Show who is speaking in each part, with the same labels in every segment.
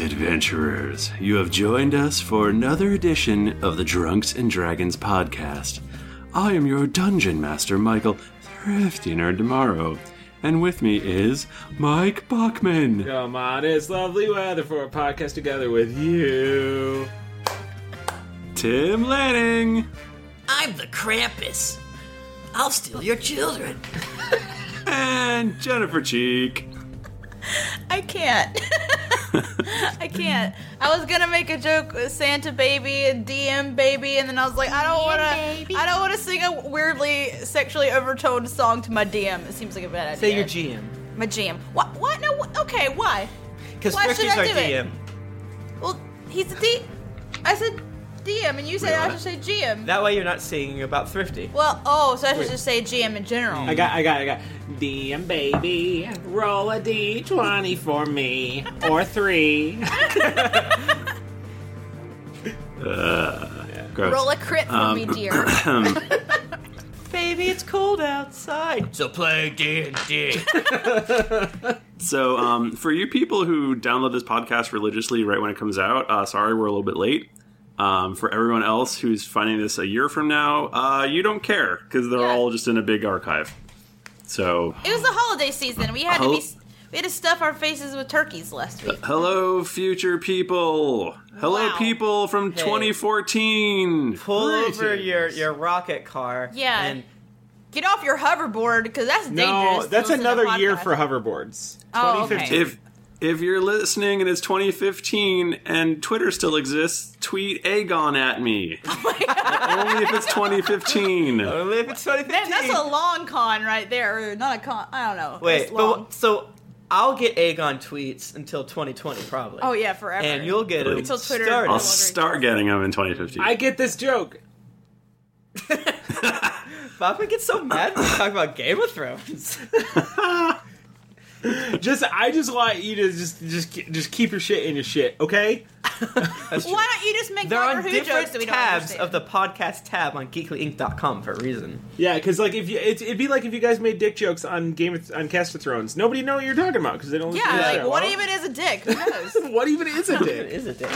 Speaker 1: adventurers, you have joined us for another edition of the Drunks and Dragons podcast. I am your dungeon master, Michael Thrifty Nerd Tomorrow, and with me is Mike Bachman.
Speaker 2: Come on, it's lovely weather for a podcast together with you.
Speaker 1: Tim Lanning.
Speaker 3: I'm the Krampus. I'll steal your children.
Speaker 1: And Jennifer Cheek.
Speaker 4: I can't. I can't. I was gonna make a joke with Santa baby and DM baby, and then I was like, I don't wanna. I don't wanna sing a weirdly sexually overtoned song to my DM. It seems like a bad idea.
Speaker 5: Say your GM.
Speaker 4: My GM. What? What? No. wh- Okay. Why?
Speaker 5: Because
Speaker 4: Why should
Speaker 5: Thrifty's
Speaker 4: I
Speaker 5: our
Speaker 4: do it?
Speaker 5: DM.
Speaker 4: Well, he's a D. I said DM, and you said I should say GM.
Speaker 5: That way you're not singing about Thrifty.
Speaker 4: well, oh, so I should just say GM in general.
Speaker 2: I got, I got, I got. DM baby, roll a d20 for me, or three.
Speaker 1: Uh, Gross. Um,
Speaker 4: Roll a crit for me, dear.
Speaker 5: Baby, it's cold outside.
Speaker 3: So play D and D.
Speaker 1: So, um, for you people who download this podcast religiously right when it comes out, uh, sorry we're a little bit late. Um, for everyone else who's finding this a year from now, uh, you don't care because they're
Speaker 4: Yeah.
Speaker 1: all just in a big archive. So, uh,
Speaker 4: It was the holiday season. We had to be.
Speaker 1: Hol-
Speaker 4: We had to stuff our faces with turkeys last week.
Speaker 1: hello, future people. Hello,
Speaker 4: Wow.
Speaker 1: people from 2014.
Speaker 5: Pull over your, your rocket car.
Speaker 4: Yeah.
Speaker 5: And
Speaker 4: Get off your hoverboard because that's dangerous.
Speaker 2: no,
Speaker 4: to
Speaker 2: that's
Speaker 4: listen to
Speaker 2: another year
Speaker 4: podcasts.
Speaker 2: for hoverboards. 2015.
Speaker 4: Oh, okay.
Speaker 1: If if you're listening and it's 2015 and Twitter still exists, tweet Aegon at me.
Speaker 4: Oh
Speaker 1: Only if it's 2015.
Speaker 5: only if it's 2015.
Speaker 4: Man, that's a long con right there. Or Not a con. I don't know.
Speaker 5: Wait,
Speaker 4: It's
Speaker 5: but
Speaker 4: long.
Speaker 5: w- so I'll get Aegon tweets until 2020 probably.
Speaker 4: oh yeah, forever.
Speaker 5: And you'll get them
Speaker 4: Until Twitter-
Speaker 5: started.
Speaker 1: I'll start getting them in 2015.
Speaker 2: I get this joke.
Speaker 5: Bachman gets so mad when we talk about Game of Thrones.
Speaker 2: Just, I just want you to just, just, just keep your shit in your shit, okay?
Speaker 4: Why don't you just make
Speaker 5: They're
Speaker 4: Doctor
Speaker 5: on
Speaker 4: Who jokes
Speaker 5: different
Speaker 4: that we don't
Speaker 5: tabs
Speaker 4: understand?
Speaker 5: of the podcast tab on geeklyinc.com for a reason.
Speaker 2: Yeah, because like if you, it's, it'd be like if you guys made dick jokes on Game of, on Cast of Thrones, nobody know what you're talking about because they don't.
Speaker 4: yeah,
Speaker 2: listen to the
Speaker 4: like
Speaker 2: show.
Speaker 4: what even is a dick? Who knows?
Speaker 2: What even is a
Speaker 5: It
Speaker 2: dick?
Speaker 5: is a dick.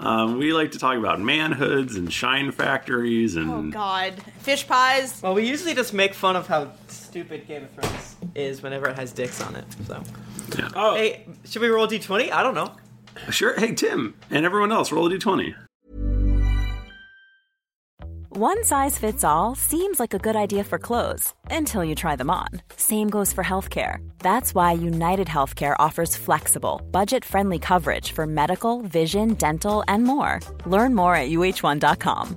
Speaker 1: Um, we like to talk about manhoods and shine factories and
Speaker 4: oh God, fish pies.
Speaker 5: Well, we usually just make fun of how stupid Game of Thrones is whenever it has dicks on it. So,
Speaker 2: Oh,
Speaker 5: hey, should we roll d20? I don't know.
Speaker 1: sure. Hey Tim and everyone else, roll a d20.
Speaker 6: One size fits all seems like a good idea for clothes until you try them on. Same goes for healthcare. That's why United Healthcare offers flexible, budget friendly coverage for medical, vision, dental, and more. Learn more at uh1.com.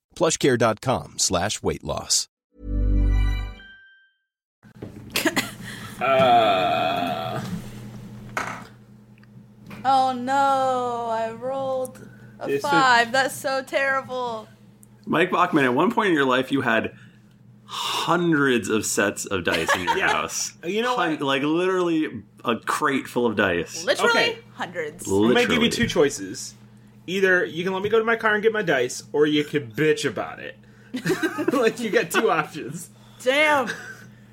Speaker 7: plushcare.com slash weight loss.
Speaker 2: Uh,
Speaker 4: Oh no, I rolled a
Speaker 2: It's a-
Speaker 4: five. That's so terrible.
Speaker 1: Mike Bachman, at one point in your life, you had hundreds of sets of dice in your house.
Speaker 2: You know
Speaker 1: Hun-
Speaker 2: what?
Speaker 1: like literally a crate full of dice.
Speaker 4: Literally
Speaker 2: Okay.
Speaker 4: hundreds.
Speaker 2: I'm
Speaker 1: Literally.
Speaker 2: gonna give you two choices.
Speaker 8: either you can let me go to my car and get my dice, or you can bitch about it. like you got two options.
Speaker 4: Damn.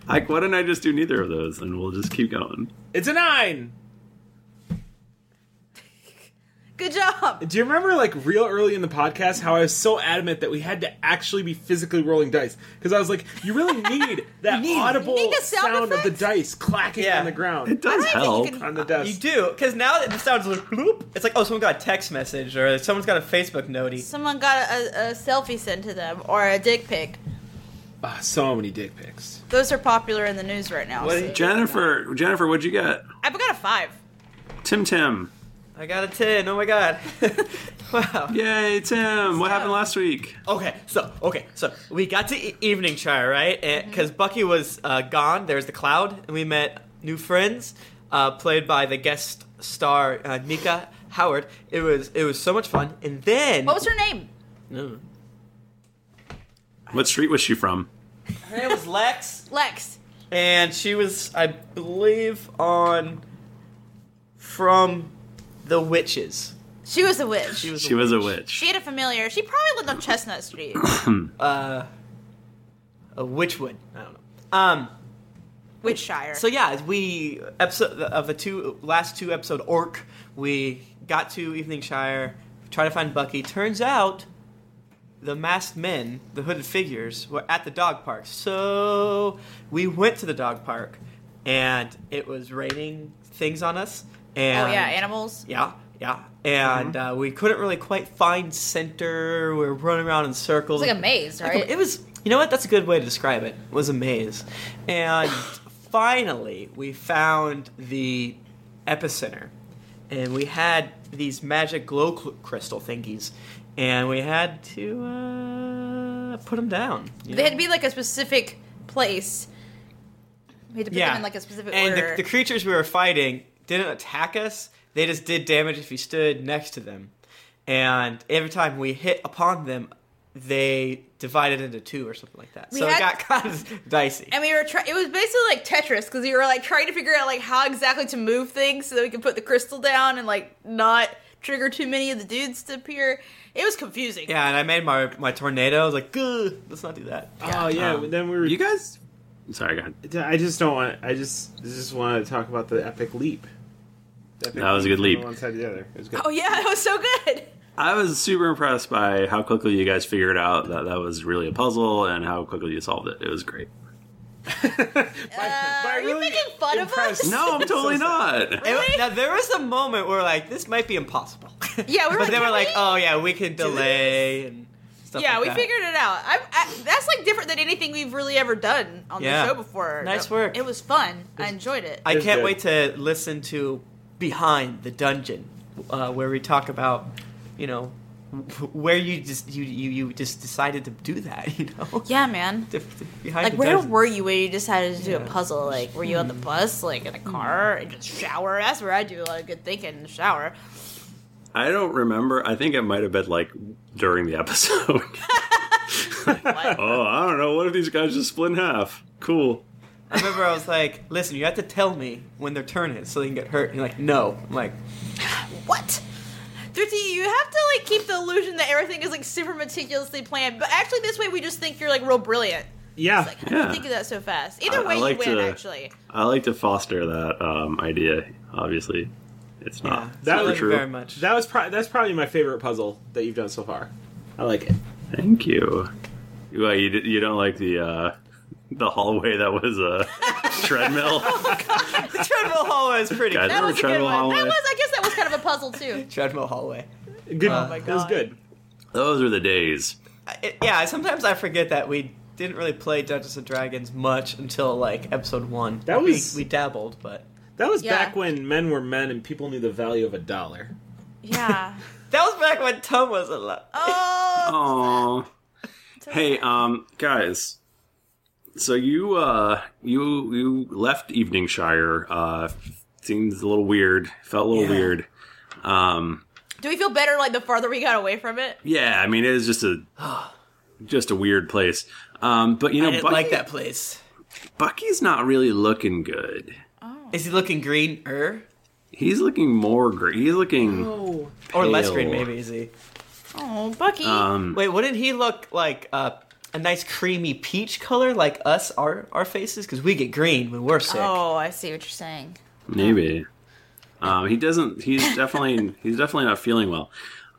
Speaker 1: Like, why don't I just do neither of those and we'll just keep going?
Speaker 8: It's a nine.
Speaker 4: Good job.
Speaker 8: Do you remember, like, real early in the podcast, how I was so adamant that we had to actually be physically rolling dice? Because I was like, you really need that
Speaker 5: need-
Speaker 8: audible
Speaker 5: you need the sound
Speaker 8: sound, of the dice clacking on the ground. It
Speaker 5: does I don't think you help.
Speaker 8: on the desk.
Speaker 5: You do, because now that the sounds like bloop, it's like, oh, someone got a text message or someone's got a Facebook notey.
Speaker 4: Someone got a, a selfie sent to them or a dick pic.
Speaker 8: Ah, so many dick pics.
Speaker 4: Those are popular in the news right now. so-
Speaker 1: Jennifer, Jennifer, what'd you get?
Speaker 4: I've got a five.
Speaker 1: Tim Tim.
Speaker 5: I got a 10. Oh my god. wow.
Speaker 1: Yay, Tim. What happened last week?
Speaker 5: Okay, so, okay, so we got to e- Evening Char, right?
Speaker 4: Mm-hmm.
Speaker 5: Because Bucky was uh, gone. There's the cloud. And we met new friends, uh, played by the guest star, uh, Nika Howard. It was it was so much fun. And then.
Speaker 4: What was her name?
Speaker 5: Mm.
Speaker 1: What street was she from?
Speaker 5: Her name was Lex.
Speaker 4: Lex.
Speaker 5: And she was, I believe, on from the witches.
Speaker 4: She was a witch. She
Speaker 5: was.
Speaker 1: She was a witch.
Speaker 4: She had a familiar. She probably lived on Chestnut Street.
Speaker 5: uh, a witchwood. I don't know. Um,
Speaker 4: Witchshire.
Speaker 5: So yeah, as we episode of the two last two episode orc, we got to Evening Shire, try to find Bucky. Turns out, the masked men, the hooded figures, were at the dog park. So we went to the dog park, and it was raining things on us. And
Speaker 4: oh yeah, animals.
Speaker 5: yeah, yeah. And
Speaker 4: Uh-huh.
Speaker 5: uh, we couldn't really quite find center. We were running around in circles.
Speaker 4: It's like a maze,
Speaker 5: Like a-
Speaker 4: right?
Speaker 5: It was. You know what? That's a good way to describe it. It was a maze. And finally, we found the epicenter, and we had these magic glow cl- crystal thingies, and we had to uh, put them down. you
Speaker 4: They
Speaker 5: know?
Speaker 4: had to be like a specific place. We had to put
Speaker 5: Yeah.
Speaker 4: them in like a specific
Speaker 5: and
Speaker 4: order.
Speaker 5: the, the creatures we were fighting didn't attack us they just did damage if we stood next to them and every time we hit upon them they divided into two or something like that
Speaker 4: We
Speaker 5: so it
Speaker 4: had-
Speaker 5: got kind of dicey
Speaker 4: and we were trying. It was basically like Tetris because we were like trying to figure out like how exactly to move things so that we could put the crystal down and like not trigger too many of the dudes to appear. It was confusing.
Speaker 5: yeah and i made my my tornado i was like "Gah, let's not do that
Speaker 8: Oh yeah.
Speaker 5: Um,
Speaker 8: then we were. You
Speaker 1: guys. Sorry, go ahead.
Speaker 8: I just don't want. I just I just want to talk about the epic leap. The epic
Speaker 1: That was a good leap.
Speaker 8: From one side to the other. It was good.
Speaker 4: Oh yeah, that was so good.
Speaker 1: I was super impressed by how quickly you guys figured out that that was really a puzzle and how quickly you solved it. It was great.
Speaker 4: Uh, Are you making fun of us?
Speaker 1: No, I'm totally not.
Speaker 5: It- now there was a moment where like this might be impossible
Speaker 4: Yeah, we
Speaker 5: but
Speaker 4: were like,
Speaker 5: they were
Speaker 4: "Can
Speaker 5: like
Speaker 4: we
Speaker 5: oh yeah we can delay and stuff
Speaker 4: yeah,
Speaker 5: like
Speaker 4: we
Speaker 5: that.
Speaker 4: figured it out. I, I, that's like different than anything we've really ever done on
Speaker 5: Yeah.
Speaker 4: the show before.
Speaker 5: Nice
Speaker 4: work. It was fun. I enjoyed it.
Speaker 5: I can't wait to listen to Behind the Dungeon, uh, where we talk about, you know, wh- where you just you, you you just decided to do that. You know,
Speaker 4: Yeah, man.
Speaker 5: Dif- behind
Speaker 4: Like,
Speaker 5: the
Speaker 4: where
Speaker 5: dungeon.
Speaker 4: were you when you decided to do a
Speaker 5: Yeah.
Speaker 4: puzzle? Like, were you on the bus, like in a car, and just shower? That's where I do a lot of good thinking in the shower.
Speaker 1: I don't remember. I think it might have been like during the episode. oh, I don't know. What if these guys just split in half? Cool.
Speaker 5: I remember I was like, listen, you have to tell me when their turn is so they can get hurt. And you're like, no. I'm like,
Speaker 4: What? Thrifty, you have to like keep the illusion that everything is like super meticulously planned, but actually, this way we just think you're like real brilliant.
Speaker 8: Yeah.
Speaker 4: I didn't think of that so fast. Either
Speaker 1: I- I
Speaker 4: way,
Speaker 1: like
Speaker 4: you win.
Speaker 1: to-
Speaker 4: Actually,
Speaker 1: I like to foster that um, idea. Obviously, it's not
Speaker 8: That
Speaker 1: super
Speaker 8: was
Speaker 1: true.
Speaker 5: much.
Speaker 8: That was pro- that's probably my favorite puzzle that you've done so far. I like it.
Speaker 1: Thank you. Well, you, d- you don't like the uh, the hallway that was a treadmill.
Speaker 5: Oh, the treadmill hallway is pretty.
Speaker 1: Guys,
Speaker 4: that
Speaker 1: remember
Speaker 4: was a good
Speaker 1: treadmill
Speaker 4: one.
Speaker 1: hallway?
Speaker 4: That was, I guess, that was kind of a puzzle too.
Speaker 5: treadmill hallway.
Speaker 8: Good.
Speaker 5: Oh
Speaker 8: my It was God. good.
Speaker 1: Those are the days.
Speaker 5: I- yeah, sometimes I forget that we didn't really play Dungeons and Dragons much until like episode one.
Speaker 8: That
Speaker 5: We-
Speaker 8: was-
Speaker 5: we, dabbled, but
Speaker 8: That was
Speaker 5: Yeah.
Speaker 8: back when men were men and people knew the value of a dollar.
Speaker 4: Yeah.
Speaker 5: that was back when Tom was alive.
Speaker 1: Oh. Hey, um, guys. So you uh you you left Evening Shire. Uh seems a little weird. Felt a little weird. Um
Speaker 4: Do we feel better like the farther we got away from it?
Speaker 1: yeah, I mean it is just a
Speaker 5: Oh,
Speaker 1: just a weird place. Um but you know
Speaker 5: I didn't
Speaker 1: Bucky-
Speaker 5: like that place.
Speaker 1: Bucky's not really looking good.
Speaker 5: Is he looking green? Er.
Speaker 1: He's looking more green. He's looking
Speaker 5: No. Or less green,
Speaker 1: pale.
Speaker 5: maybe, is he?
Speaker 4: Oh, Bucky.
Speaker 1: Um,
Speaker 5: Wait, wouldn't he look like uh, a nice creamy peach color like us, our, our faces? Because we get green when we're sick.
Speaker 4: Oh, I see what you're saying.
Speaker 1: Maybe. Um, he doesn't. He's definitely. he's definitely not feeling well.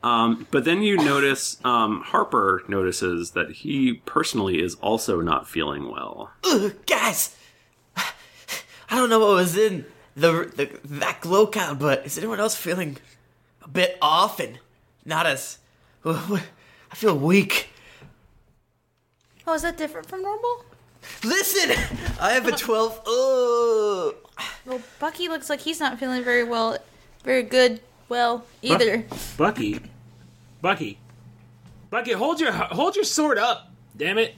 Speaker 1: Um, but then you notice um, Harper notices that he personally is also not feeling well.
Speaker 5: Ugh, guys, I don't know what was in the, the that glow cloud, but is anyone else feeling a bit off and not as? I feel weak.
Speaker 4: Oh, is that different from normal?
Speaker 5: Listen, I have a 12. Oh.
Speaker 4: Well, Bucky looks like he's not feeling very well, very good, well, either.
Speaker 8: Bucky, Bucky, Bucky, hold your hold your sword up. Damn it!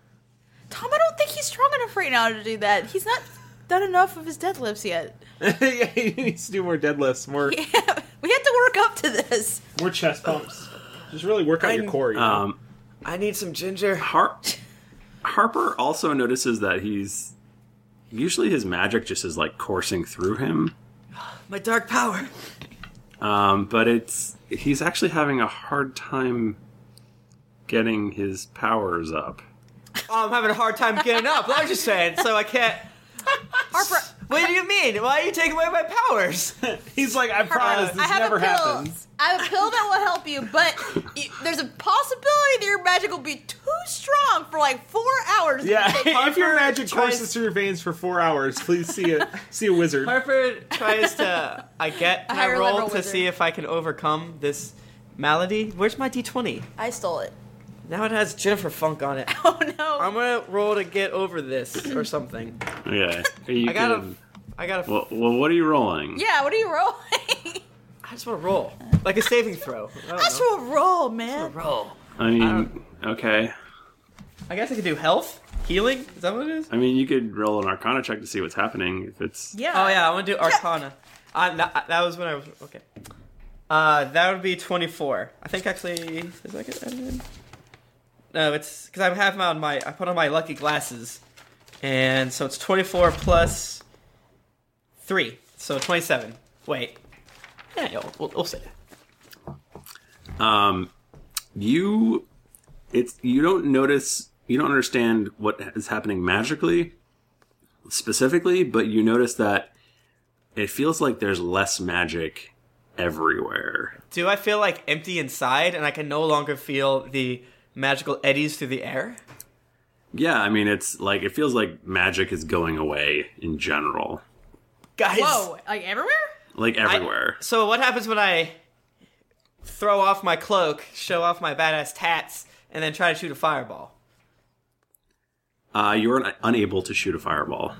Speaker 4: Tom, I don't think he's strong enough right now to do that. He's not done enough of his deadlifts yet.
Speaker 8: yeah, he needs to do more deadlifts, more
Speaker 4: We have to work up to this.
Speaker 8: more chest pumps. Just really work out your core. You know?
Speaker 1: Um,
Speaker 5: I need some ginger.
Speaker 1: Har- Harper also notices that he's usually his magic just is like coursing through him,
Speaker 5: My dark power.
Speaker 1: um, but it's he's actually having a hard time getting his powers up.
Speaker 5: Oh, I'm having a hard time getting up. I was just saying, so I can't. Harper. What do you mean? Why are you taking away my powers?
Speaker 8: He's like, I promise this
Speaker 4: I have
Speaker 8: never
Speaker 4: a pill.
Speaker 8: happens.
Speaker 4: I have a pill that will help you, but y there's a possibility that your magic will be too strong for like four hours.
Speaker 8: Yeah,
Speaker 4: It takes-
Speaker 8: if your magic courses through your veins for four hours, please see a see a wizard.
Speaker 5: Harper tries to. I get. Can I
Speaker 4: higher
Speaker 5: roll
Speaker 4: level
Speaker 5: to
Speaker 4: wizard.
Speaker 5: see if I can overcome this malady? Where's my d20?
Speaker 4: I stole it.
Speaker 5: Now it has Jennifer Funk on it.
Speaker 4: Oh no!
Speaker 5: I'm gonna roll to get over this or something.
Speaker 1: Yeah, you
Speaker 5: I gotta-
Speaker 1: can-
Speaker 5: I gotta.
Speaker 1: Well, well, what are you rolling?
Speaker 4: yeah, what are you rolling?
Speaker 5: I just want to roll like a saving throw. I don't
Speaker 4: I just
Speaker 5: know.
Speaker 4: want to roll, man.
Speaker 5: roll.
Speaker 1: I
Speaker 5: Um,
Speaker 1: mean, okay.
Speaker 5: I guess I could do health, healing. Is that what it is?
Speaker 1: I mean, you could roll an Arcana check to see what's happening. If it's
Speaker 4: Yeah.
Speaker 5: Oh yeah, I want to do Arcana. I, that, that was when I was okay. Uh, that would be twenty-four. I think actually, is that good? added in? No, it's because I have my on my I put on my lucky glasses, and so it's twenty-four plus three, so twenty-seven. Wait, yeah, yeah, we'll, we'll say that.
Speaker 1: um, you, it's you don't notice, you don't understand what is happening magically specifically, but you notice that it feels like there's less magic everywhere.
Speaker 5: Do I feel like empty inside, and I can no longer feel the magical eddies through the air?
Speaker 1: Yeah, I mean, it's like it feels like magic is going away in general,
Speaker 5: Guys,
Speaker 4: Whoa! Like everywhere?
Speaker 1: like
Speaker 5: I-
Speaker 1: everywhere.
Speaker 5: so what happens when I throw off my cloak, show off my badass tats, and then try to shoot a fireball?
Speaker 1: uh, you're un- unable to shoot a fireball.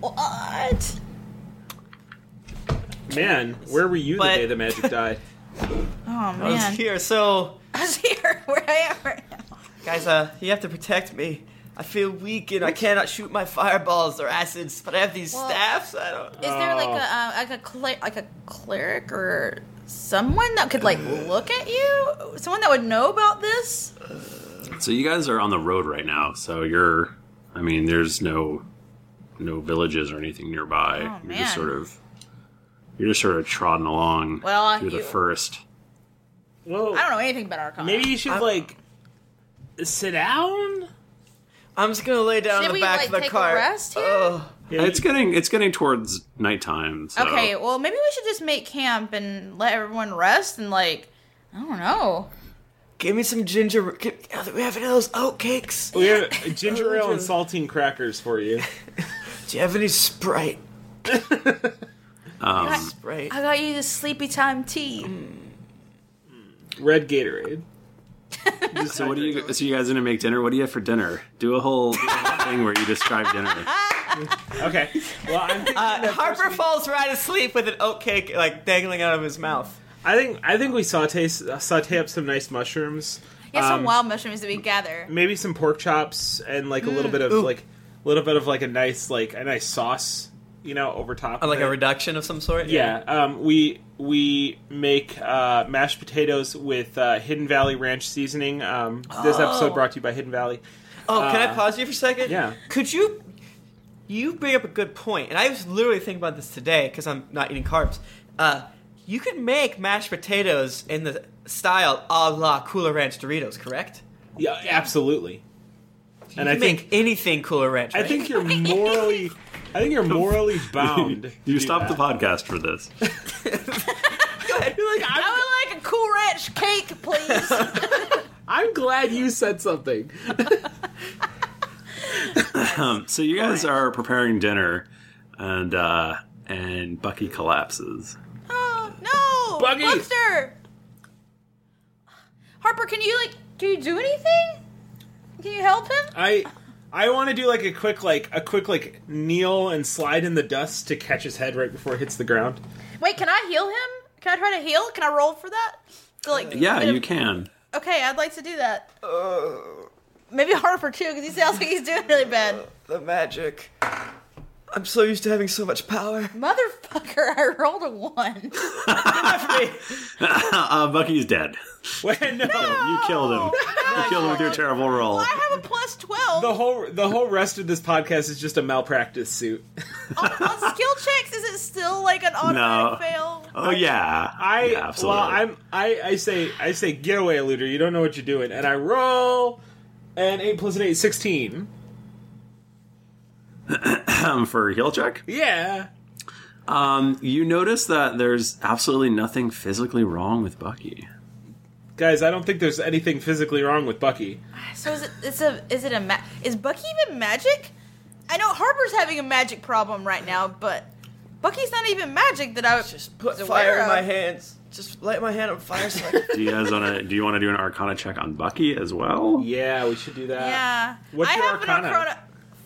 Speaker 4: What?
Speaker 8: Man, where were you
Speaker 5: But-
Speaker 8: the day the magic died?
Speaker 4: Oh
Speaker 5: I was
Speaker 4: man!
Speaker 5: here, so
Speaker 4: I was here. Where I am right now.
Speaker 5: guys, uh, you have to protect me. I feel weak and I cannot shoot my fireballs or acids, but I have these
Speaker 4: Well-
Speaker 5: staffs. I don't.
Speaker 4: Is there like a uh, like a cler- like a cleric or someone that could
Speaker 5: Uh.
Speaker 4: like look at you? Someone that would know about this?
Speaker 1: So you guys are on the road right now. So you're, I mean, there's no, no villages or anything nearby.
Speaker 4: Oh,
Speaker 1: you're just
Speaker 4: man.
Speaker 1: sort of, you're just sort of trodding along
Speaker 4: Well,
Speaker 1: through the
Speaker 4: you-
Speaker 1: forest.
Speaker 8: Well,
Speaker 4: I don't know anything about Arcana.
Speaker 8: maybe you should like sit down.
Speaker 5: I'm just
Speaker 8: Oh.
Speaker 5: gonna lay down in
Speaker 4: Should
Speaker 5: the
Speaker 4: we,
Speaker 5: back
Speaker 4: like,
Speaker 5: of the
Speaker 4: take a
Speaker 5: car.
Speaker 4: rest here?
Speaker 5: Oh,
Speaker 8: Yeah,
Speaker 1: It's getting it's getting towards nighttime. So.
Speaker 4: Okay, well maybe we should just make camp and let everyone rest and like I don't know.
Speaker 5: give me some ginger. Give, oh, we have any of those oat cakes?
Speaker 8: we have ginger ale and saltine crackers for you.
Speaker 5: Do you have any Sprite?
Speaker 8: Um,
Speaker 5: Sprite.
Speaker 4: I got you the sleepy time tea.
Speaker 5: Mm.
Speaker 8: Red Gatorade.
Speaker 1: so what do you? So you guys gonna make dinner? What do you have for dinner? Do a whole thing where you describe dinner.
Speaker 8: Okay. Well, I'm thinking
Speaker 5: Uh, Harper falls right asleep with an oat cake like dangling out of his mouth.
Speaker 8: I think I think we saute saute up some nice mushrooms,
Speaker 4: Yeah,
Speaker 8: Um,
Speaker 4: some wild mushrooms that we gather.
Speaker 8: maybe some pork chops, and like a
Speaker 5: Mm.
Speaker 8: little bit of like a little bit of like a nice like a nice sauce, you know, over top. of
Speaker 5: Like a
Speaker 8: it.
Speaker 5: reduction of some sort.
Speaker 8: Yeah, um, we we make uh, mashed potatoes with uh, Hidden Valley Ranch seasoning. Um, This episode brought to you by Hidden Valley.
Speaker 5: Oh, can I pause you for a second?
Speaker 8: yeah.
Speaker 5: Could you you bring up a good point, and I was literally thinking about this today because I'm not eating carbs. Uh, you can make mashed potatoes in the style a la Cooler Ranch Doritos, correct?
Speaker 8: Yeah,
Speaker 5: You
Speaker 8: absolutely. And
Speaker 5: can
Speaker 8: I think-
Speaker 5: make anything Cooler Ranch.
Speaker 8: I
Speaker 5: right?
Speaker 8: think you're morally. I think you're morally bound.
Speaker 1: you stopped the podcast for this.
Speaker 4: I would like a cool ranch cake, please.
Speaker 8: I'm glad you said something.
Speaker 1: Um, so you guys are preparing dinner, and uh, and Bucky collapses.
Speaker 4: Oh, no,
Speaker 8: Buggy!
Speaker 4: Buster. Harper, can you like? Can you do anything? Can you help him?
Speaker 8: I I want to do like a quick like a quick like kneel and slide in the dust to catch his head right before it hits the ground.
Speaker 4: Wait, can I heal him? Can I try to heal? Can I roll for that? To, like,
Speaker 1: Yeah,
Speaker 4: get him-
Speaker 1: you can.
Speaker 4: Okay, I'd like to do that. Maybe Harper too, because he sounds like he's doing really bad.
Speaker 5: the magic. I'm so used to having so much power.
Speaker 4: Motherfucker, I rolled a one.
Speaker 1: uh, Bucky's dead.
Speaker 8: Wait, no.
Speaker 1: you killed him. You killed him with your terrible roll.
Speaker 4: I have a plus twelve.
Speaker 8: The whole the whole rest of this podcast is just a malpractice suit.
Speaker 4: On skill checks, is it still like an automatic fail?
Speaker 1: Oh yeah.
Speaker 8: I
Speaker 1: Yeah, absolutely.
Speaker 8: well, I'm I, I say I say get away, looter. You don't know what you're doing, and I roll an eight plus an eight, 16.
Speaker 1: for a heal check.
Speaker 8: Yeah.
Speaker 1: Um, you notice that there's absolutely nothing physically wrong with Bucky.
Speaker 8: Guys, I don't think there's anything physically wrong with Bucky.
Speaker 4: So is it? It's a. Is it a? Ma- is Bucky even magic? I know Harper's having a magic problem right now, but Bucky's not even magic that I was just
Speaker 5: Put fire in my hands. Just light my hand on fire. So I can-
Speaker 1: Do you guys want to? Do you want to do an Arcana check on Bucky as well?
Speaker 8: Yeah, we should do that.
Speaker 4: Yeah,
Speaker 8: What's
Speaker 4: I
Speaker 8: your
Speaker 4: have
Speaker 8: Arcana?
Speaker 4: an Arcana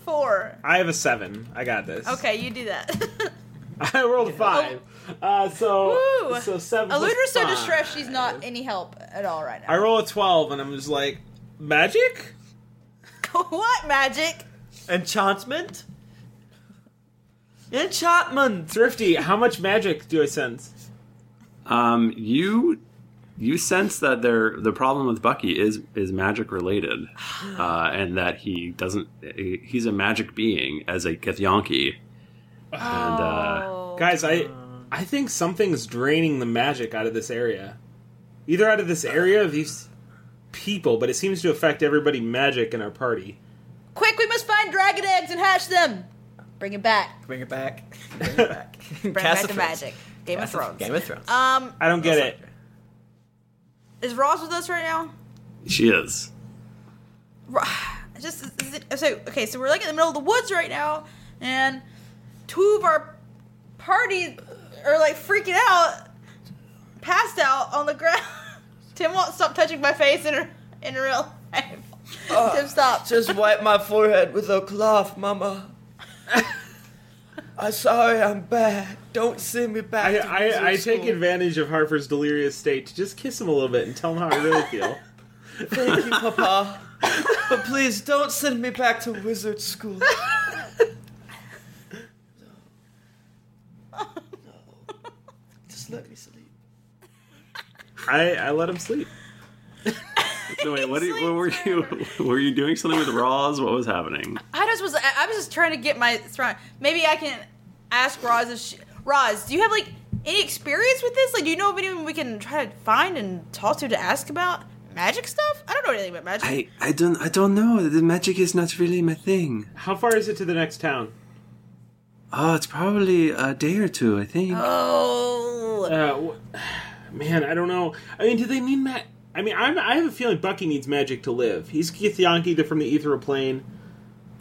Speaker 4: four.
Speaker 8: I have a seven. I got this.
Speaker 4: Okay, you do that.
Speaker 8: I rolled a five. Uh, so
Speaker 4: Woo!
Speaker 8: so seven. plus
Speaker 4: Eluder's so
Speaker 8: five.
Speaker 4: distressed she's not any help at all right now.
Speaker 8: I roll a twelve, and I'm just like magic.
Speaker 4: what magic?
Speaker 5: Enchantment. Enchantment.
Speaker 8: Thrifty, how much magic do I sense?
Speaker 1: Um, you you sense that there the problem with Bucky is is magic related, uh, and that he doesn't he- he's a magic being as a Githyanki. And uh,
Speaker 4: Oh.
Speaker 8: Guys, I I think something's draining the magic out of this area. Either out of this area of these people, but it seems to affect everybody magic in our party.
Speaker 4: Quick, we must find dragon eggs and hatch them. Bring it back.
Speaker 5: Bring it back. Cast
Speaker 4: Bring back the
Speaker 5: of Thrones.
Speaker 4: magic. Game
Speaker 5: Cast
Speaker 4: of
Speaker 5: of-
Speaker 4: Thrones.
Speaker 5: Game of Thrones.
Speaker 4: Um,
Speaker 8: I don't get it.
Speaker 4: is Ross with us right now?
Speaker 1: she is.
Speaker 4: Ro- Just is it, so okay. So we're like in the middle of the woods right now, and two of our party are like freaking out, passed out on the ground. Tim won't stop touching my face in in real life. Tim, stop.
Speaker 5: Oh, Just wipe my forehead with a cloth, Mama. I'm sorry, I'm bad. Don't send me back.
Speaker 8: I,
Speaker 5: to wizard
Speaker 8: I, I take
Speaker 5: school.
Speaker 8: advantage of Harper's delirious state to just kiss him a little bit and tell him how I really feel.
Speaker 5: Thank you, Papa. but please don't send me back to wizard school. Just let me sleep.
Speaker 8: I, I let him sleep.
Speaker 1: No, wait, what, do you, what were you were you doing something with Roz? What was happening?
Speaker 4: I just was I I was just trying to get my throne. Maybe I can ask Roz if she, Roz, do you have like any experience with this? Like, do you know of anyone we can try to find and talk to to ask about magic stuff? I don't know anything about magic.
Speaker 1: I I don't I don't know. The magic is not really my thing.
Speaker 8: How far is it to the next town?
Speaker 1: Oh, it's probably a day or two, I think.
Speaker 4: oh,
Speaker 8: Uh, wh- man, I don't know. I mean, do they need ma I mean, I'm, I have a feeling Bucky needs magic to live. He's Githyanki, they're from the ethereal plane.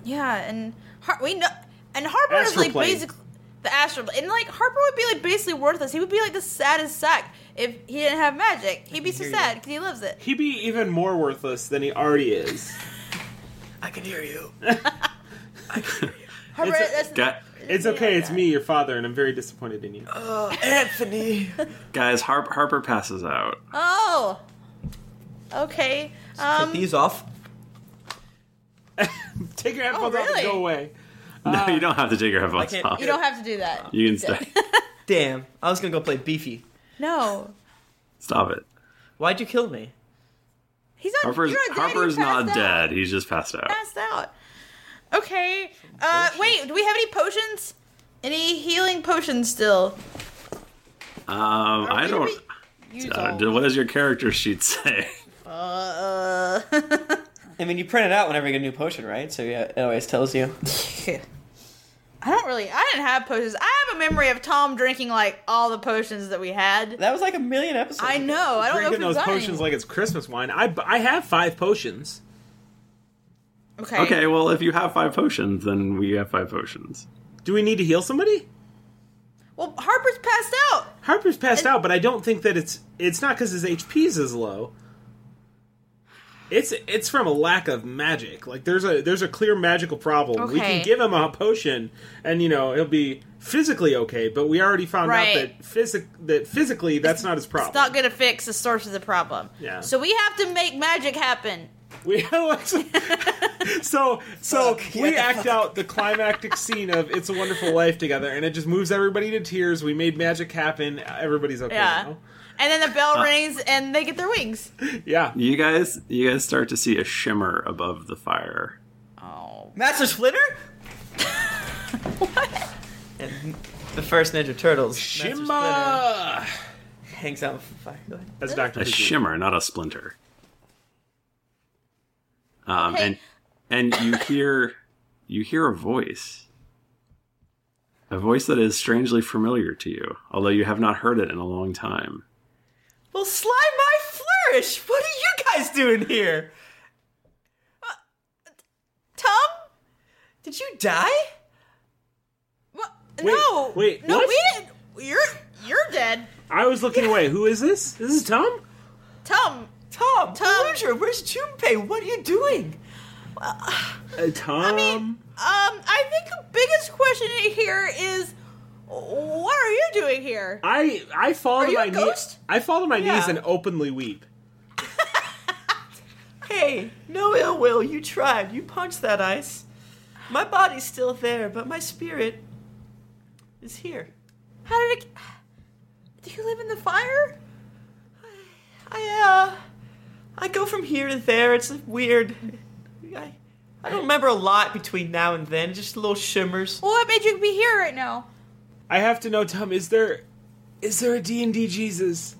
Speaker 4: yeah, and Har- we know, and Harper is
Speaker 8: Astral
Speaker 4: like
Speaker 8: plane.
Speaker 4: basically the astral, and like Harper would be like basically worthless. He would be like the saddest sack if he didn't have magic. He'd be so sad because he loves it.
Speaker 8: He'd be even more worthless than he already is.
Speaker 5: I can hear you.
Speaker 4: Harper, that's,
Speaker 1: Gu-
Speaker 8: It's okay, it's me, your father, and I'm very disappointed in you.
Speaker 5: Anthony.
Speaker 1: guys, Harp, Harper passes out.
Speaker 4: oh, okay. Um,
Speaker 5: These off.
Speaker 8: Take your headphones off
Speaker 4: oh, really?
Speaker 8: and go away.
Speaker 1: no, you don't have to take your headphones
Speaker 5: can't-
Speaker 1: off.
Speaker 4: Uh, you don't have to do that.
Speaker 1: You can stay.
Speaker 5: Damn, I was gonna go play Beefy.
Speaker 4: No.
Speaker 1: Stop it.
Speaker 5: Why'd you kill me?
Speaker 4: He's not.
Speaker 1: Harper's
Speaker 4: you're not dead,
Speaker 1: Harper's
Speaker 4: he
Speaker 1: not
Speaker 4: passed out.
Speaker 1: dead. He's just passed out.
Speaker 4: Passed out. Okay. Uh, wait. Do we have any potions? Any healing potions still?
Speaker 1: Um, I don't.
Speaker 4: You
Speaker 1: Uh,
Speaker 4: don't.
Speaker 1: d- what does your character sheet say?
Speaker 4: Uh,
Speaker 5: I mean, you print it out whenever you get a new potion, right? So yeah, it always tells you.
Speaker 4: I don't really. I didn't have potions. I have a memory of Tom drinking like all the potions that we had.
Speaker 5: That was like a million episodes.
Speaker 4: I know. Oh, I don't know if
Speaker 8: Drinking
Speaker 4: we've got
Speaker 8: those potions like it's Christmas wine. I, I have five potions.
Speaker 4: any. Okay.
Speaker 1: Okay, well, if you have five potions, then we have five potions.
Speaker 8: Do we need to heal somebody?
Speaker 4: Well, Harper's passed out.
Speaker 8: Harper's passed out, but I don't think that it's it's not because his HP is as low. It's it's from a lack of magic. Like there's a there's a clear magical problem. We
Speaker 4: Okay.
Speaker 8: can give him a potion, and you know he'll be physically okay. But we already found
Speaker 4: Right.
Speaker 8: out that physic that physically that's not his problem.
Speaker 4: It's not gonna fix the source of the problem.
Speaker 8: Yeah.
Speaker 4: So we have to make magic happen.
Speaker 8: We so so we act out the climactic scene of "It's a Wonderful Life" together, and it just moves everybody to tears. We made magic happen. Everybody's okay.
Speaker 4: yeah.
Speaker 8: now.
Speaker 4: And then the bell
Speaker 1: Uh.
Speaker 4: rings and they get their wings.
Speaker 8: Yeah.
Speaker 1: You guys, you guys start to see a shimmer above the fire.
Speaker 4: Oh.
Speaker 5: Master Splinter? The first Ninja Turtles. Shimma! Hangs out with the fire. Go ahead.
Speaker 8: That's Doctor.
Speaker 1: A shimmer, not a splinter. Um, and and you hear you hear a voice, a voice that is strangely familiar to you, although you have not heard it in a long time.
Speaker 5: Well, slime my flourish. What are you guys doing here?
Speaker 4: Tom?
Speaker 5: Did you die?
Speaker 8: Wait,
Speaker 4: no.
Speaker 8: wait,
Speaker 4: No,
Speaker 8: what?
Speaker 4: we didn't. You're you're dead.
Speaker 8: I was looking away. Who is this? This is Tom.
Speaker 4: Tom.
Speaker 5: Tom. Tom. where's Junpei? What are you doing?
Speaker 8: Uh, Tom. I mean,
Speaker 4: Um, I think the biggest question here is, what are you doing here?
Speaker 8: I I fall
Speaker 4: Are
Speaker 8: to
Speaker 4: you
Speaker 8: my
Speaker 4: a
Speaker 8: knees.
Speaker 4: ghost?
Speaker 8: I fall to my
Speaker 4: Yeah.
Speaker 8: knees and openly weep.
Speaker 5: Hey, no ill will. You tried. You punched that ice. My body's still there, but my spirit is here.
Speaker 4: How did it? Do you live in the fire?
Speaker 5: I uh, I go from here to there. It's weird. I, I don't remember a lot between now and then. Just little shimmers.
Speaker 4: Well, what made you be here right now?
Speaker 8: I have to know, Tom. Is there is there a D and D Jesus?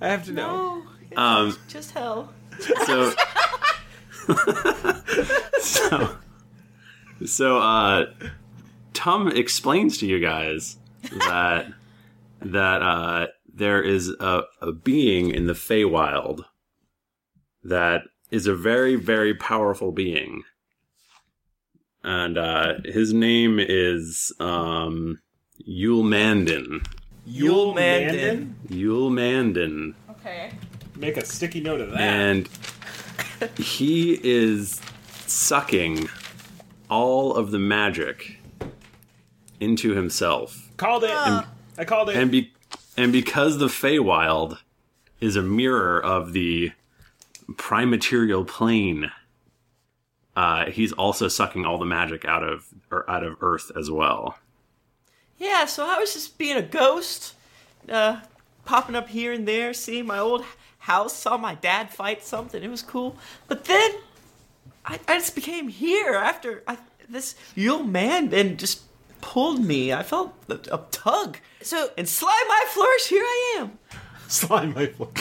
Speaker 8: I have to know.
Speaker 1: Um,
Speaker 5: Just hell.
Speaker 1: so so so uh tom explains to you guys that that uh there is a, a being in the Feywild that is a very very powerful being and uh his name is um Yule Mandan.
Speaker 8: Yule
Speaker 5: Mandan?
Speaker 1: Yule Mandan
Speaker 4: Okay.
Speaker 8: Make a sticky note of that.
Speaker 1: and he is sucking all of the magic into himself.
Speaker 8: Called it.
Speaker 4: Uh.
Speaker 1: And-
Speaker 8: I called it.
Speaker 1: And be and because the Feywild is a mirror of the primaterial plane, uh, he's also sucking all the magic out of or out of Earth as well.
Speaker 5: Yeah, so I was just being a ghost, uh, popping up here and there, seeing my old house, saw my dad fight something. It was cool. But then I, I just became here after I, this Yule man then just pulled me. I felt a, a tug.
Speaker 4: So
Speaker 5: and slime my flourish, here I am.
Speaker 8: Slime my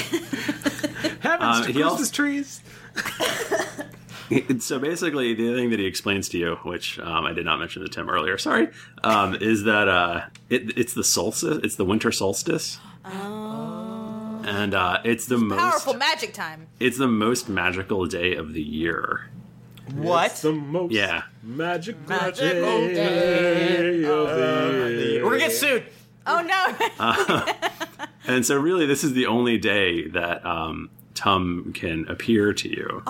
Speaker 8: Heavens
Speaker 1: Um,
Speaker 8: to
Speaker 1: he also-
Speaker 8: Christmas trees.
Speaker 1: so basically, the thing that he explains to you, which um, I did not mention to Tim earlier, sorry, um, is that uh, it, it's the solstice, it's the winter solstice, and uh, it's the most
Speaker 4: Powerful magic time.
Speaker 1: it's the most magical day of the year.
Speaker 5: What?
Speaker 8: It's the most
Speaker 1: Yeah,
Speaker 8: magical,
Speaker 4: Magical
Speaker 8: day,
Speaker 4: day
Speaker 8: of the year.
Speaker 5: We're gonna get sued.
Speaker 4: Oh no.
Speaker 1: Uh, and so really, this is the only day that um, Tum can appear to you.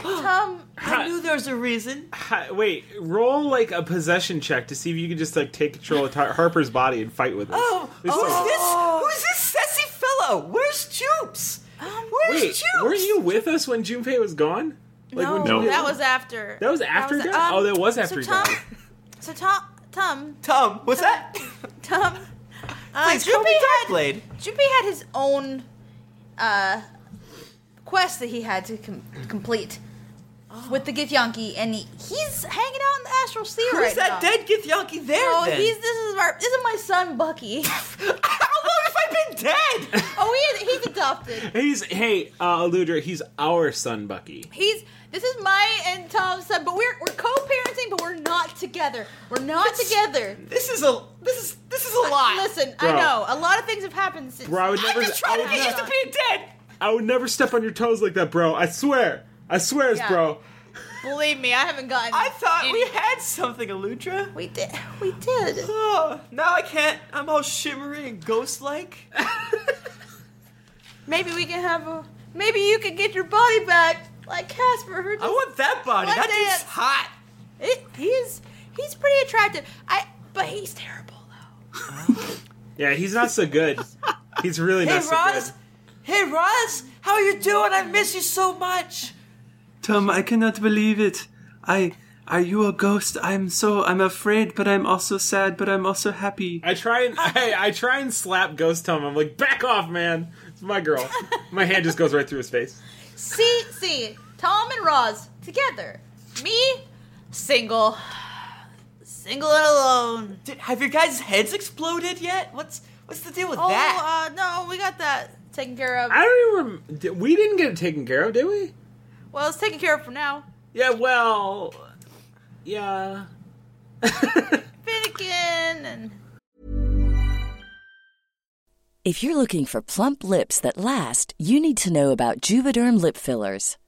Speaker 4: Tom.
Speaker 5: I knew there was a reason.
Speaker 8: Hi- Wait, roll like a possession check to see if you can just like take control of Har- Harper's body and fight with us.
Speaker 5: Oh,
Speaker 8: This
Speaker 5: who's
Speaker 8: is-
Speaker 5: this? Who's this sassy fellow? Where's Jupes?
Speaker 4: Um,
Speaker 5: Where's
Speaker 8: Wait,
Speaker 5: Jupes?
Speaker 8: were you with us when Junpei was gone? Like,
Speaker 4: No,
Speaker 8: when
Speaker 1: No.
Speaker 8: Junpei-
Speaker 4: that was after.
Speaker 8: That was after
Speaker 4: was- um,
Speaker 8: he died? Oh, that was after he
Speaker 4: so Tom,
Speaker 8: died.
Speaker 4: So Tom, Tom,
Speaker 5: Tom, what's that?
Speaker 4: Tom. Uh,
Speaker 5: Please call me
Speaker 4: Jupy had-
Speaker 5: Darkblade.
Speaker 4: Jupy had his own uh, quest that he had to com- complete. with the Githyanki, and he, he's hanging out in the astral sea
Speaker 5: Oh. Who's
Speaker 4: right
Speaker 5: that
Speaker 4: now.
Speaker 5: dead Githyanki there?
Speaker 4: Oh,
Speaker 5: then?
Speaker 4: he's this is our this is my son Bucky. How long have
Speaker 5: I been dead?
Speaker 4: Oh, he is, he's adopted.
Speaker 8: He's hey, uh, Ludra. He's our son, Bucky.
Speaker 4: He's this is my and Tom's son, but we're we're co-parenting, but we're not together. We're not together.
Speaker 5: This is a this is this is a lot.
Speaker 4: listen, I
Speaker 8: Bro.
Speaker 4: know a lot of things have happened since.
Speaker 8: Bro, I would I'm never- just trying I to would get used never-
Speaker 5: to being dead.
Speaker 8: I would never step on your toes like that, bro. I swear. I swear,
Speaker 4: Yeah.
Speaker 8: bro.
Speaker 4: Believe me, I haven't gotten. I
Speaker 5: thought we had something, Aludra.
Speaker 4: We did. We did.
Speaker 5: Oh, now I can't. I'm all shimmery and ghost-like.
Speaker 4: Maybe we can have a. Maybe you could get your body back, like Casper. Who
Speaker 5: I want that body.
Speaker 4: One
Speaker 5: That
Speaker 4: dance.
Speaker 5: dude's hot.
Speaker 4: It, he's he's pretty attractive. I but he's terrible.
Speaker 8: Yeah, he's not so good. He's really
Speaker 5: Hey,
Speaker 8: not so
Speaker 5: Roz.
Speaker 8: good.
Speaker 5: Hey, Roz. How are you doing? I miss you so much.
Speaker 1: Tom, I cannot believe it. I are you a ghost? I'm so I'm afraid, but I'm also sad, but I'm also happy.
Speaker 8: I try and I, I try and slap Ghost Tom. I'm like, back off, man. It's my girl. my hand just goes right through his face.
Speaker 4: See, see, Tom and Roz together. Me, single, single and alone.
Speaker 5: Did, have your guys' heads exploded yet? What's what's the deal with
Speaker 4: oh,
Speaker 5: that?
Speaker 4: uh, no, we got that taken care of.
Speaker 8: I don't even. Rem- did- we didn't get it taken care of, did we?
Speaker 4: Well, it's taken care of for now.
Speaker 8: Yeah. Well. Yeah.
Speaker 4: Finnegan and
Speaker 9: If you're looking for plump lips that last, you need to know about Juvederm lip fillers.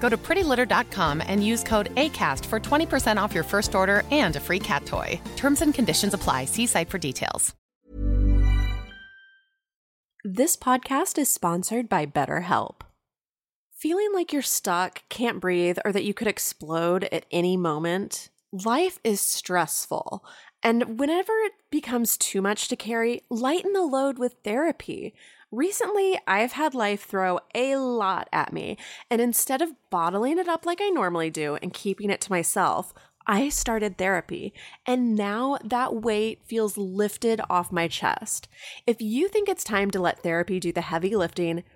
Speaker 10: Go to prettylitter.com and use code ACAST for 20% off your first order and a free cat toy. Terms and conditions apply. See site for details.
Speaker 11: This podcast is sponsored by BetterHelp. Feeling like you're stuck, can't breathe, or that you could explode at any moment? Life is stressful. And whenever it becomes too much to carry, lighten the load with therapy. Recently, I've had life throw a lot at me, and instead of bottling it up like I normally do and keeping it to myself, I started therapy, and now that weight feels lifted off my chest. If you think it's time to let therapy do the heavy lifting,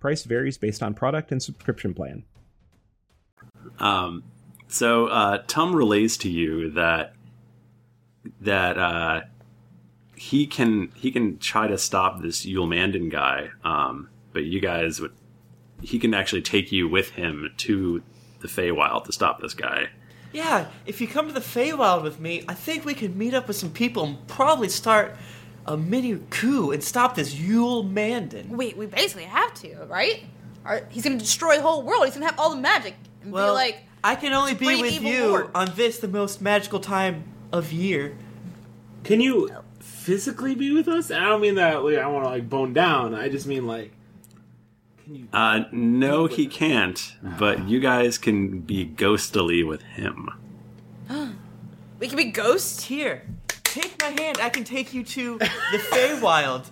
Speaker 12: Price varies based on product and subscription plan.
Speaker 1: Um, so uh, Tom relays to you that that uh, he can he can try to stop this Yulmandan guy, um, but you guys would he can actually take you with him to the Feywild to stop this guy.
Speaker 5: Yeah, if you come to the Feywild with me, I think we could meet up with some people and probably start a mini coup and stop this Yule Mandan.
Speaker 4: We we basically have to, right? Or he's gonna destroy the whole world. He's gonna have all the magic and
Speaker 5: Well,
Speaker 4: be like,
Speaker 5: I can only
Speaker 4: Supreme
Speaker 5: be with
Speaker 4: Evil
Speaker 5: you
Speaker 4: Lord.
Speaker 5: on this, the most magical time of year.
Speaker 8: Can you physically be with us? I don't mean that like, I want to like bone down. I just mean like
Speaker 1: Uh, no, he can't. But you guys can be ghostily with him.
Speaker 4: we can be ghosts
Speaker 5: here. Take my hand. I can take you to the Feywild.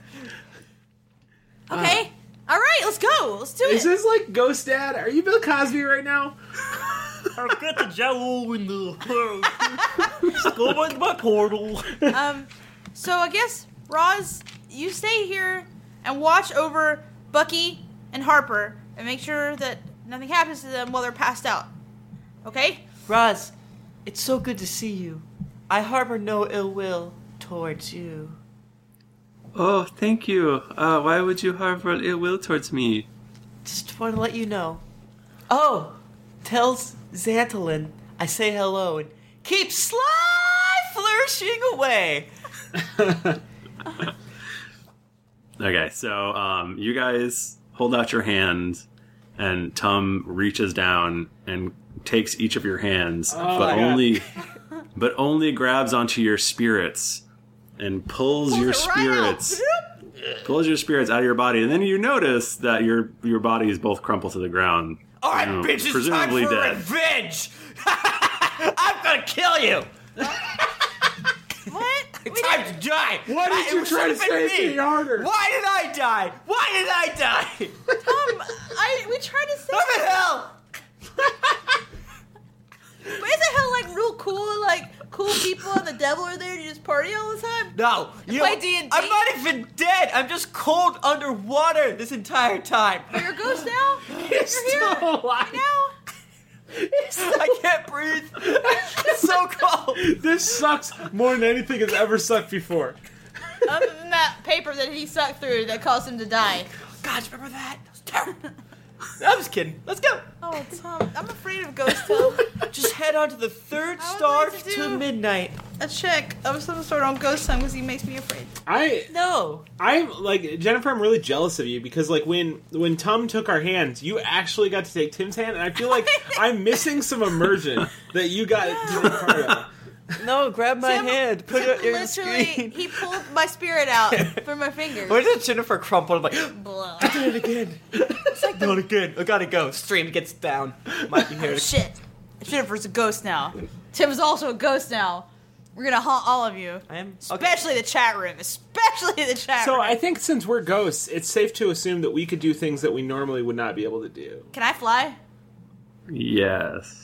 Speaker 5: Uh,
Speaker 4: okay, all right, let's go. Let's do it.
Speaker 8: Uh, Is this like Ghost Dad? Are you Bill Cosby right now?
Speaker 13: I got the jowl in the go by my portal.
Speaker 4: um, so I guess Roz, you stay here and watch over Bucky and Harper and make sure that nothing happens to them while they're passed out. Okay?
Speaker 5: Roz, it's so good to see you. I harbor no ill will towards you.
Speaker 1: Oh, thank you. Uh, why would you harbor ill will towards me?
Speaker 5: Just want to let you know. Oh, tells Xantolin I say hello and keep sly flourishing away.
Speaker 1: Okay, so um, you guys hold out your hand, and Tum reaches down and takes each of your hands,
Speaker 8: Oh
Speaker 1: but
Speaker 8: my God.
Speaker 1: only, but only grabs onto your spirits and pulls, your spirits, pulls your spirits out of your body, and then you notice that your your bodies both crumple to the ground.
Speaker 13: All right,
Speaker 1: you know,
Speaker 13: bitch, it's
Speaker 1: presumably
Speaker 13: time for
Speaker 1: dead.
Speaker 13: revenge. I'm gonna kill you.
Speaker 4: what?
Speaker 13: It's time to die.
Speaker 8: Why did
Speaker 13: I- it
Speaker 8: you
Speaker 13: was
Speaker 8: try to
Speaker 13: up at
Speaker 8: save me, Arter?
Speaker 13: Why did I die? Why did I die?
Speaker 4: Tom, I we tried to say
Speaker 13: What the hell?
Speaker 4: But isn't hell like real cool? Like cool people and the devil are there to just party all the time.
Speaker 13: No, you.
Speaker 4: Play D&D?
Speaker 13: I'm not even dead. I'm just cold underwater this entire time.
Speaker 4: You're a ghost now.
Speaker 13: You're here right
Speaker 4: now.
Speaker 13: I can't breathe. It's so cold.
Speaker 8: This sucks more than anything has ever sucked before.
Speaker 4: Other than that paper that he sucked through that caused him to die.
Speaker 13: God, remember that?
Speaker 5: I'm just kidding. Let's go.
Speaker 4: Oh, Tom, I'm afraid of ghosts. Tom.
Speaker 5: Just head on to the third star
Speaker 4: like to
Speaker 5: to
Speaker 4: do-
Speaker 5: midnight.
Speaker 4: A check of some sort on ghost Tom because he makes me afraid.
Speaker 8: I
Speaker 5: no.
Speaker 8: I'm like Jennifer. I'm really jealous of you because like when when Tom took our hands, you actually got to take Tim's hand, and I feel like I'm missing some immersion that you got to be part of.
Speaker 5: No, Oh, grab my hand. Put it in the
Speaker 4: Literally,
Speaker 5: screen.
Speaker 4: he pulled my spirit out through my fingers.
Speaker 5: Where did Jennifer crumple? I'm like,
Speaker 4: Blah.
Speaker 5: I did it again. Not again. I gotta go. Stream gets down. Might be here.
Speaker 4: Oh, Shit. Jennifer's a ghost now. Tim's also a ghost now. We're gonna haunt all of you. I
Speaker 5: am.
Speaker 4: Especially the chat room. Especially the chat
Speaker 8: So
Speaker 4: room.
Speaker 8: I think since we're ghosts, it's safe to assume that we could do things that we normally would not be able to do.
Speaker 4: Can I fly?
Speaker 1: Yes.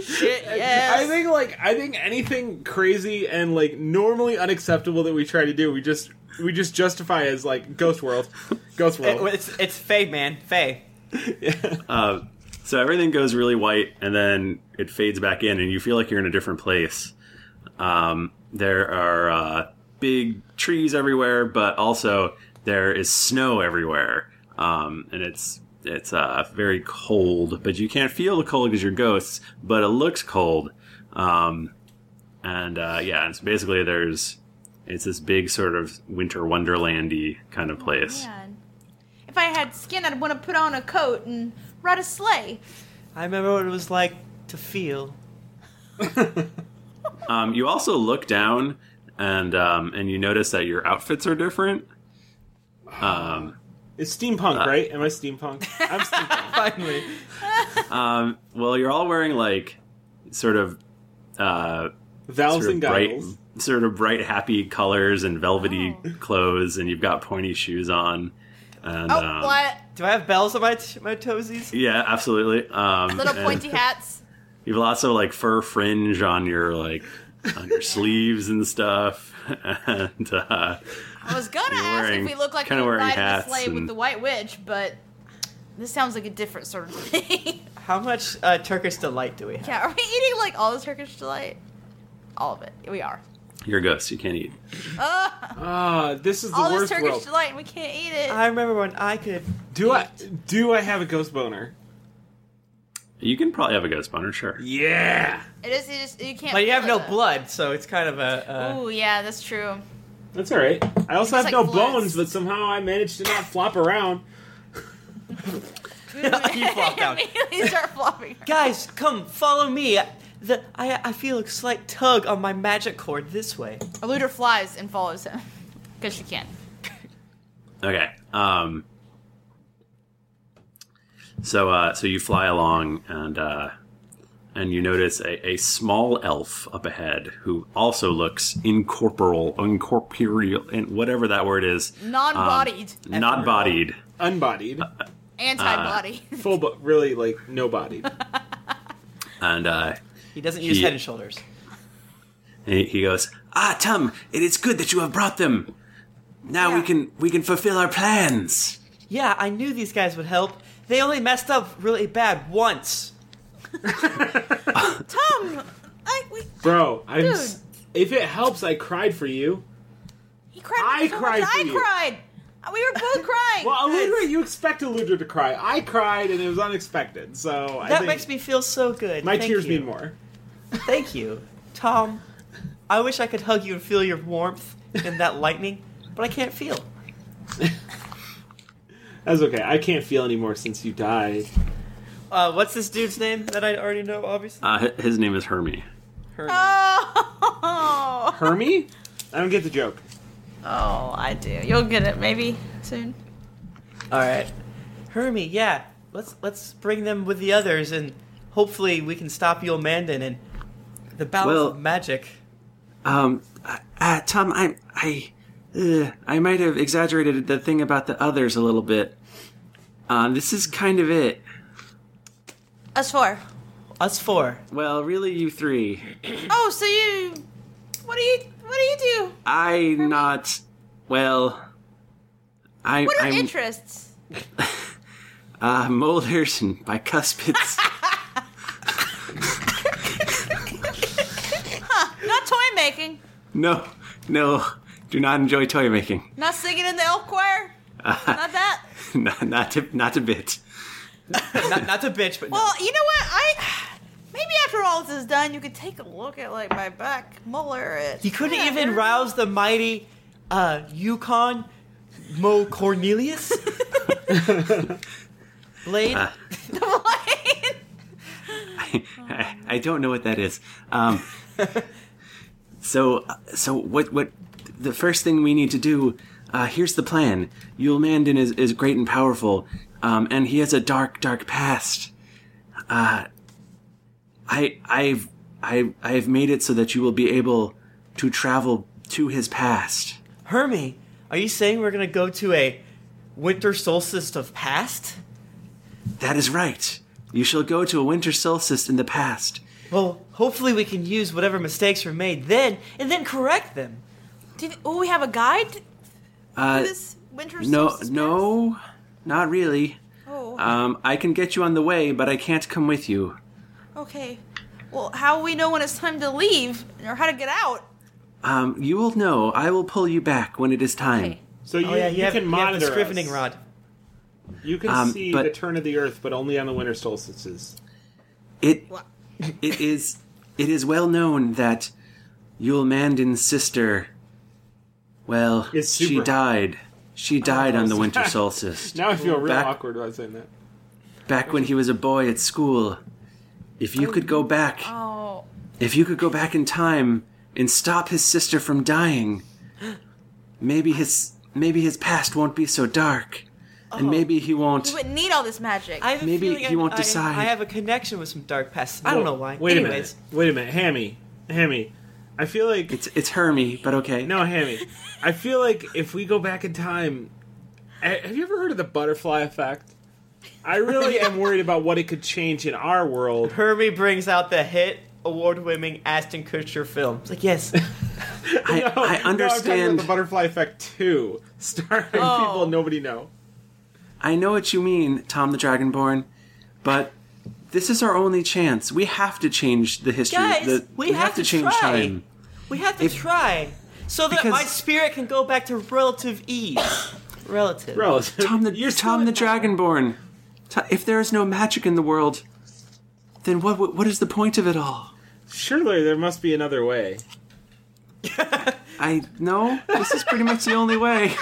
Speaker 4: Shit,
Speaker 8: I think like I think anything crazy and like normally unacceptable that we try to do, we just we just justify as like ghost world, ghost world.
Speaker 5: It- it's it's Faye, man. Faye.
Speaker 1: Uh, so everything goes really white, and then it fades back in, and you feel like you're in a different place. Um, there are uh, big trees everywhere, but also there is snow everywhere, um, and it's it's uh, very cold. But you can't feel the cold because you're ghosts, but it looks cold. Um, and uh, yeah, it's basically there's it's this big sort of winter wonderlandy kind of place.
Speaker 4: Oh, Man. If I had skin, I'd want to put on a coat and ride a sleigh.
Speaker 5: I remember what it was like to feel.
Speaker 1: Um, you also look down and um, and you notice that your outfits are different. Um,
Speaker 8: It's steampunk,
Speaker 1: Uh,
Speaker 8: right? Am I steampunk? I'm steampunk. Finally.
Speaker 1: um, well, you're all wearing like sort of uh,
Speaker 8: Valves
Speaker 1: sort of
Speaker 8: and
Speaker 1: bright,
Speaker 8: goggles.
Speaker 1: sort of bright, happy colors and velvety
Speaker 4: Oh.
Speaker 1: clothes, and you've got pointy shoes on.
Speaker 4: Oh,
Speaker 1: And, um,
Speaker 5: Do I have bells on my t- my toesies?
Speaker 1: Yeah, absolutely. Um,
Speaker 4: Little
Speaker 1: and
Speaker 4: pointy hats.
Speaker 1: You've lots of like fur fringe on your like on your sleeves and stuff, and uh,
Speaker 4: I was gonna
Speaker 1: You're
Speaker 4: ask
Speaker 1: wearing-
Speaker 4: if we look like we
Speaker 1: kinda
Speaker 4: would
Speaker 1: wearing
Speaker 4: ride in a
Speaker 1: hats
Speaker 4: sleigh with
Speaker 1: and-
Speaker 4: the White Witch, but this sounds like a different sort of thing.
Speaker 5: How much uh, Turkish delight do we have?
Speaker 4: yeah, are we eating like all the Turkish delight? All of it. We are.
Speaker 1: you're a ghost. You can't eat.
Speaker 4: Ah,
Speaker 8: Ah, this is the
Speaker 4: all this
Speaker 8: worst
Speaker 4: Turkish
Speaker 8: world.
Speaker 4: delight, and we can't eat it.
Speaker 5: I remember when I could.
Speaker 8: Do I do I have a ghost boner?
Speaker 1: You can probably have a ghost boner, sure.
Speaker 8: Yeah.
Speaker 4: It is. It is. You can't.
Speaker 5: But you have
Speaker 4: feel
Speaker 5: no blood, so it's kind of a.
Speaker 4: it. Ooh, yeah, that's true.
Speaker 8: That's all right. I also have
Speaker 4: It's like
Speaker 8: no
Speaker 4: bloods.
Speaker 8: bones, but somehow I managed to not flop around.
Speaker 5: you flop down.
Speaker 4: Immediately start flopping.
Speaker 5: Guys, come follow me. The, I, I feel a slight tug on my magic cord this way.
Speaker 4: Eluder flies and follows him because she can.
Speaker 1: Okay. Um. So, uh, so you fly along, and uh, and you notice a, a small elf up ahead who also looks incorporeal, incorporeal, and whatever that word is, um,
Speaker 4: Non-bodied.
Speaker 1: not bodied. Uh,
Speaker 8: Unbodied.
Speaker 4: Anti-body.
Speaker 8: Full, but really like no bodied.
Speaker 1: And uh,
Speaker 5: He doesn't use
Speaker 1: He-
Speaker 5: head and shoulders.
Speaker 1: he he goes, "Ah, Tum, it is good that you have brought them. Now we can we can fulfill our plans."
Speaker 5: Yeah, I knew these guys would help. They only messed up really bad once.
Speaker 8: Uh.
Speaker 4: Tom, I we
Speaker 8: Bro, I'm.
Speaker 4: Dude.
Speaker 8: s- If it helps, I cried for you.
Speaker 4: he cried.
Speaker 8: I
Speaker 4: so much,
Speaker 8: cried for
Speaker 4: I
Speaker 8: you.
Speaker 4: cried. We were both crying.
Speaker 8: Well, Eludra, you expect Eludra to cry. I cried, and it was unexpected. So I
Speaker 5: that
Speaker 8: think
Speaker 5: makes me feel so good.
Speaker 8: my
Speaker 5: Thank
Speaker 8: tears
Speaker 5: you.
Speaker 8: mean more.
Speaker 5: Thank you, Tom. I wish I could hug you and feel your warmth in that lightning, but I can't feel.
Speaker 8: That's okay. I can't feel anymore since you died.
Speaker 5: Uh, what's this dude's name that I already know? Obviously,
Speaker 1: Uh, hi- his name is Hermie.
Speaker 5: Hermie.
Speaker 4: Oh.
Speaker 8: Hermie? I don't get the joke.
Speaker 4: Oh, I do. You'll get it maybe soon.
Speaker 5: All right, Hermie. Yeah, let's let's bring them with the others, and hopefully we can stop Yolmandan and the balance
Speaker 1: Well-
Speaker 5: of magic.
Speaker 1: Um, uh, Tom, I, I, uh, I might have exaggerated the thing about the others a little bit. Um, this is kind of it.
Speaker 4: Us four.
Speaker 5: Us four.
Speaker 1: Well, really, you three.
Speaker 4: Oh, so you? What do you? What do you do?
Speaker 1: I not. Well, I.
Speaker 4: what are
Speaker 1: I'm,
Speaker 4: interests?
Speaker 1: Uh, molders and bicuspids.
Speaker 4: Huh? Not toy making.
Speaker 1: no, no, do not enjoy toy making.
Speaker 4: Not singing in the elf choir.
Speaker 1: Uh,
Speaker 4: Not that.
Speaker 1: not, not to, not a bit.
Speaker 5: not, not to bitch, but
Speaker 4: Well, you know what? I maybe after all this is done, you could take a look at like my back molar. It.
Speaker 5: You couldn't even rouse the mighty uh, Yukon Mo Cornelius? Blade?
Speaker 1: Uh, I, I don't know what that is. Um, so, uh, so what? What? The first thing we need to do. Uh, here's the plan. Yulmandan is is great and powerful, um, and he has a dark, dark past. Uh, I, I've, I, I've made it so that you will be able to travel to his past.
Speaker 5: Hermie, are you saying we're going to go to a winter solstice of past?
Speaker 1: That is right. You shall go to a winter solstice in the past.
Speaker 5: Well, hopefully we can use whatever mistakes were made then and then correct them.
Speaker 4: Did, oh, we have a guide.
Speaker 1: Uh,
Speaker 4: this winter
Speaker 1: no,
Speaker 4: solstice
Speaker 1: no, not really.
Speaker 4: Oh.
Speaker 1: Um, I can get you on the way, but I can't come with you.
Speaker 4: Oh, Okay. Well, how we know when it's time to leave or how to get out?
Speaker 1: Um, you will know. I will pull you back when it is time.
Speaker 8: So you,
Speaker 5: Oh, yeah, you
Speaker 8: you
Speaker 5: have-
Speaker 8: can
Speaker 5: you have
Speaker 8: monitor
Speaker 5: the scrivening
Speaker 8: us.
Speaker 5: rod.
Speaker 8: You can
Speaker 1: Um,
Speaker 8: see
Speaker 1: but-
Speaker 8: the turn of the earth, but only on the winter solstices.
Speaker 1: It, it is, it is well known that Yulmandan's sister, well, she
Speaker 8: super- Oh,
Speaker 1: died. She died on the winter
Speaker 8: sorry.
Speaker 1: solstice.
Speaker 8: Now I feel real
Speaker 1: back,
Speaker 8: awkward about saying that.
Speaker 1: back when he was a boy at school. If you could go back
Speaker 4: Oh.
Speaker 1: If you could go back in time and stop his sister from dying, maybe his maybe his past won't be so dark, and maybe he
Speaker 4: He
Speaker 1: won't.
Speaker 4: wouldn't need all this magic.
Speaker 5: Oh. I have a feeling I- I- I have a connection with some dark past. I don't know Oh, why.
Speaker 8: Wait
Speaker 5: Anyways,
Speaker 8: a minute. Wait a minute, Hammy. Hammy. I feel like
Speaker 1: it's it's Hermy, but okay.
Speaker 8: No, Hammy. I feel like if we go back in time, I- have you ever heard of the butterfly effect? I really am worried about what it could change in our world.
Speaker 5: Hermie brings out the hit award-winning Ashton Kutcher film. It's like yes,
Speaker 1: I, I understand.
Speaker 8: the butterfly effect too, starring
Speaker 5: Oh.
Speaker 8: people nobody know.
Speaker 1: I know what you mean, Tom the Dragonborn, but this is our only chance. We have to change the history.
Speaker 5: Guys,
Speaker 1: the,
Speaker 5: we
Speaker 1: have,
Speaker 5: have
Speaker 1: to
Speaker 5: to
Speaker 1: change
Speaker 5: try.
Speaker 1: time.
Speaker 5: we have to try so that
Speaker 1: Because-
Speaker 5: my spirit can go back to relative ease. relative.
Speaker 1: Tom the you're Tom the Dragonborn. To- If there is no magic in the world, then what what is the point of it all?
Speaker 8: Surely there must be another way.
Speaker 1: I no. This is pretty much the only way.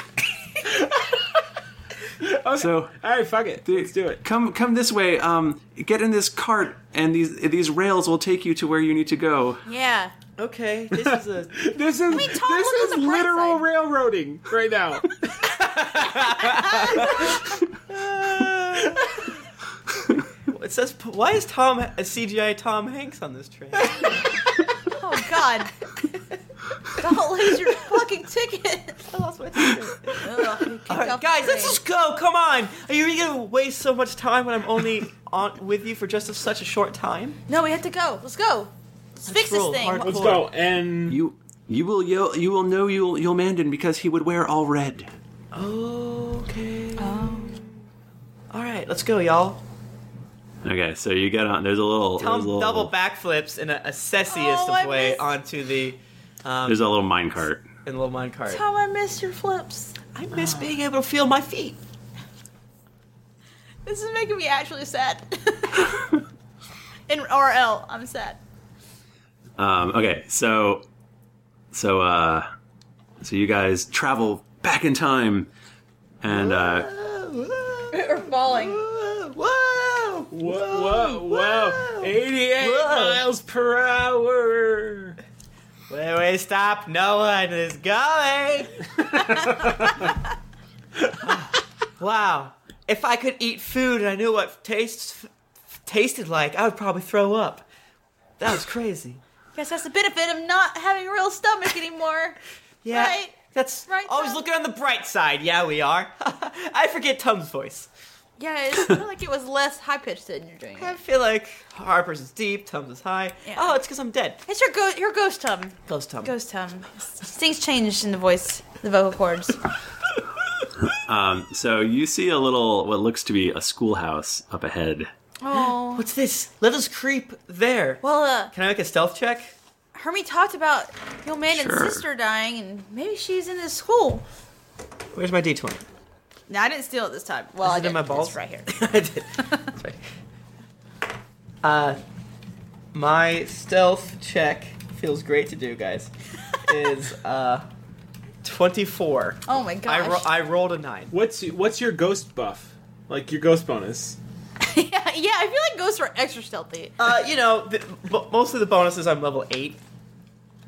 Speaker 1: So
Speaker 8: all right, fuck it. Let's do it.
Speaker 1: Come come this way. Um, get in this cart, and these these rails will take you to where you need to go.
Speaker 4: Yeah.
Speaker 5: Okay. This is a.
Speaker 8: this is this is literal railroading right now.
Speaker 5: It says, "Why is Tom uh, a CGI Tom Hanks on this train?"
Speaker 4: Oh God! Don't lose your fucking ticket. I lost my ticket.
Speaker 5: All right, guys, let's just go. Come on. Are you really gonna waste so much time when I'm only on with you for just such a short time?
Speaker 4: No, we have to go. Let's go. Let's, fix this
Speaker 5: roll
Speaker 4: thing.
Speaker 5: hard-
Speaker 8: Let's go. And
Speaker 1: you you will yell, you will know you'll you'll Mandan because he would wear all red.
Speaker 5: Okay. Oh. All right, let's go, y'all.
Speaker 1: Okay, so you get on. There's a little.
Speaker 5: Tom
Speaker 1: there's a little,
Speaker 5: double backflips in a, a sessiest
Speaker 4: Oh, I
Speaker 5: of way
Speaker 4: missed-
Speaker 5: onto the um,
Speaker 1: There's a little mine cart.
Speaker 5: in the little minecart.
Speaker 4: Tom, I miss your flips.
Speaker 5: I miss being able to feel my feet.
Speaker 4: This is making me actually sad. In RL, I'm sad.
Speaker 1: Um, okay, so so uh, so you guys travel back in time, and uh,
Speaker 4: We're falling.
Speaker 5: Whoa!
Speaker 8: Whoa! Whoa! 88 miles per hour.
Speaker 5: Wait, wait, stop! No one is going. wow! If I could eat food and I knew what tastes tasted like, I would probably throw up. That was crazy.
Speaker 4: Guess that's the benefit of not having a real stomach anymore.
Speaker 5: Yeah,
Speaker 4: Right?
Speaker 5: that's always looking on the bright side. Yeah, we are. I forget Tom's voice.
Speaker 4: Yeah, it's felt like it was less high pitched than you're doing.
Speaker 5: I feel like Harper's is deep, Tom's is high. Oh, it's because I'm dead.
Speaker 4: It's your ghost, your ghost tum.
Speaker 5: Ghost Tom.
Speaker 4: Ghost tum. Things changed in the voice, the vocal cords.
Speaker 1: um, so you see a little what looks to be a schoolhouse up ahead.
Speaker 4: Oh.
Speaker 5: What's this? Let us creep there.
Speaker 4: Well, uh,
Speaker 5: Can I make a stealth check?
Speaker 4: Hermie talked about your man
Speaker 5: Sure.
Speaker 4: and sister dying, and maybe she's in this school.
Speaker 5: Where's my d20?
Speaker 4: No, I didn't steal it this time. Well,
Speaker 5: Is
Speaker 4: I
Speaker 5: it in
Speaker 4: did.
Speaker 5: my balls?
Speaker 4: It's right here.
Speaker 5: Uh, my stealth check feels great to do, guys. is uh, twenty-four.
Speaker 4: Oh my
Speaker 5: I,
Speaker 4: gosh.
Speaker 5: ro- I rolled a nine.
Speaker 8: What's what's your ghost buff? Like your ghost bonus?
Speaker 4: yeah, yeah, I feel like ghosts were extra stealthy.
Speaker 5: Uh, you know, the, b- mostly the bonuses I'm level eight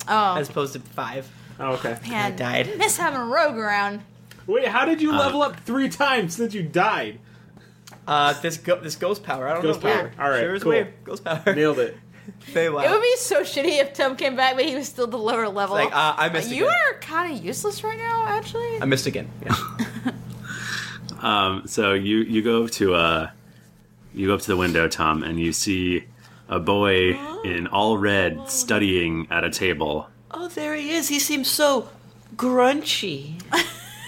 Speaker 4: Oh,
Speaker 5: as opposed to five.
Speaker 8: Oh, okay.
Speaker 4: man.
Speaker 5: I died.
Speaker 4: Miss having a rogue around.
Speaker 8: Wait, how did you
Speaker 5: Uh,
Speaker 8: level up three times since you died?
Speaker 5: Uh, this go- this ghost power. I don't
Speaker 8: Ghost
Speaker 5: know.
Speaker 8: power. All right,
Speaker 5: Sure is
Speaker 8: cool.
Speaker 5: weird. Ghost power.
Speaker 8: Nailed it.
Speaker 5: Feywild.
Speaker 4: It would be so shitty if Tom came back, but he was still the lower level.
Speaker 5: like, uh, I missed
Speaker 4: You
Speaker 5: again.
Speaker 4: are kind of useless right now, actually.
Speaker 5: I missed again. Yeah.
Speaker 1: Um, so you you go up to uh, you go up to the window, Tom, and you see a boy in all red studying at a table.
Speaker 5: Oh, there he is. He seems so grunchy.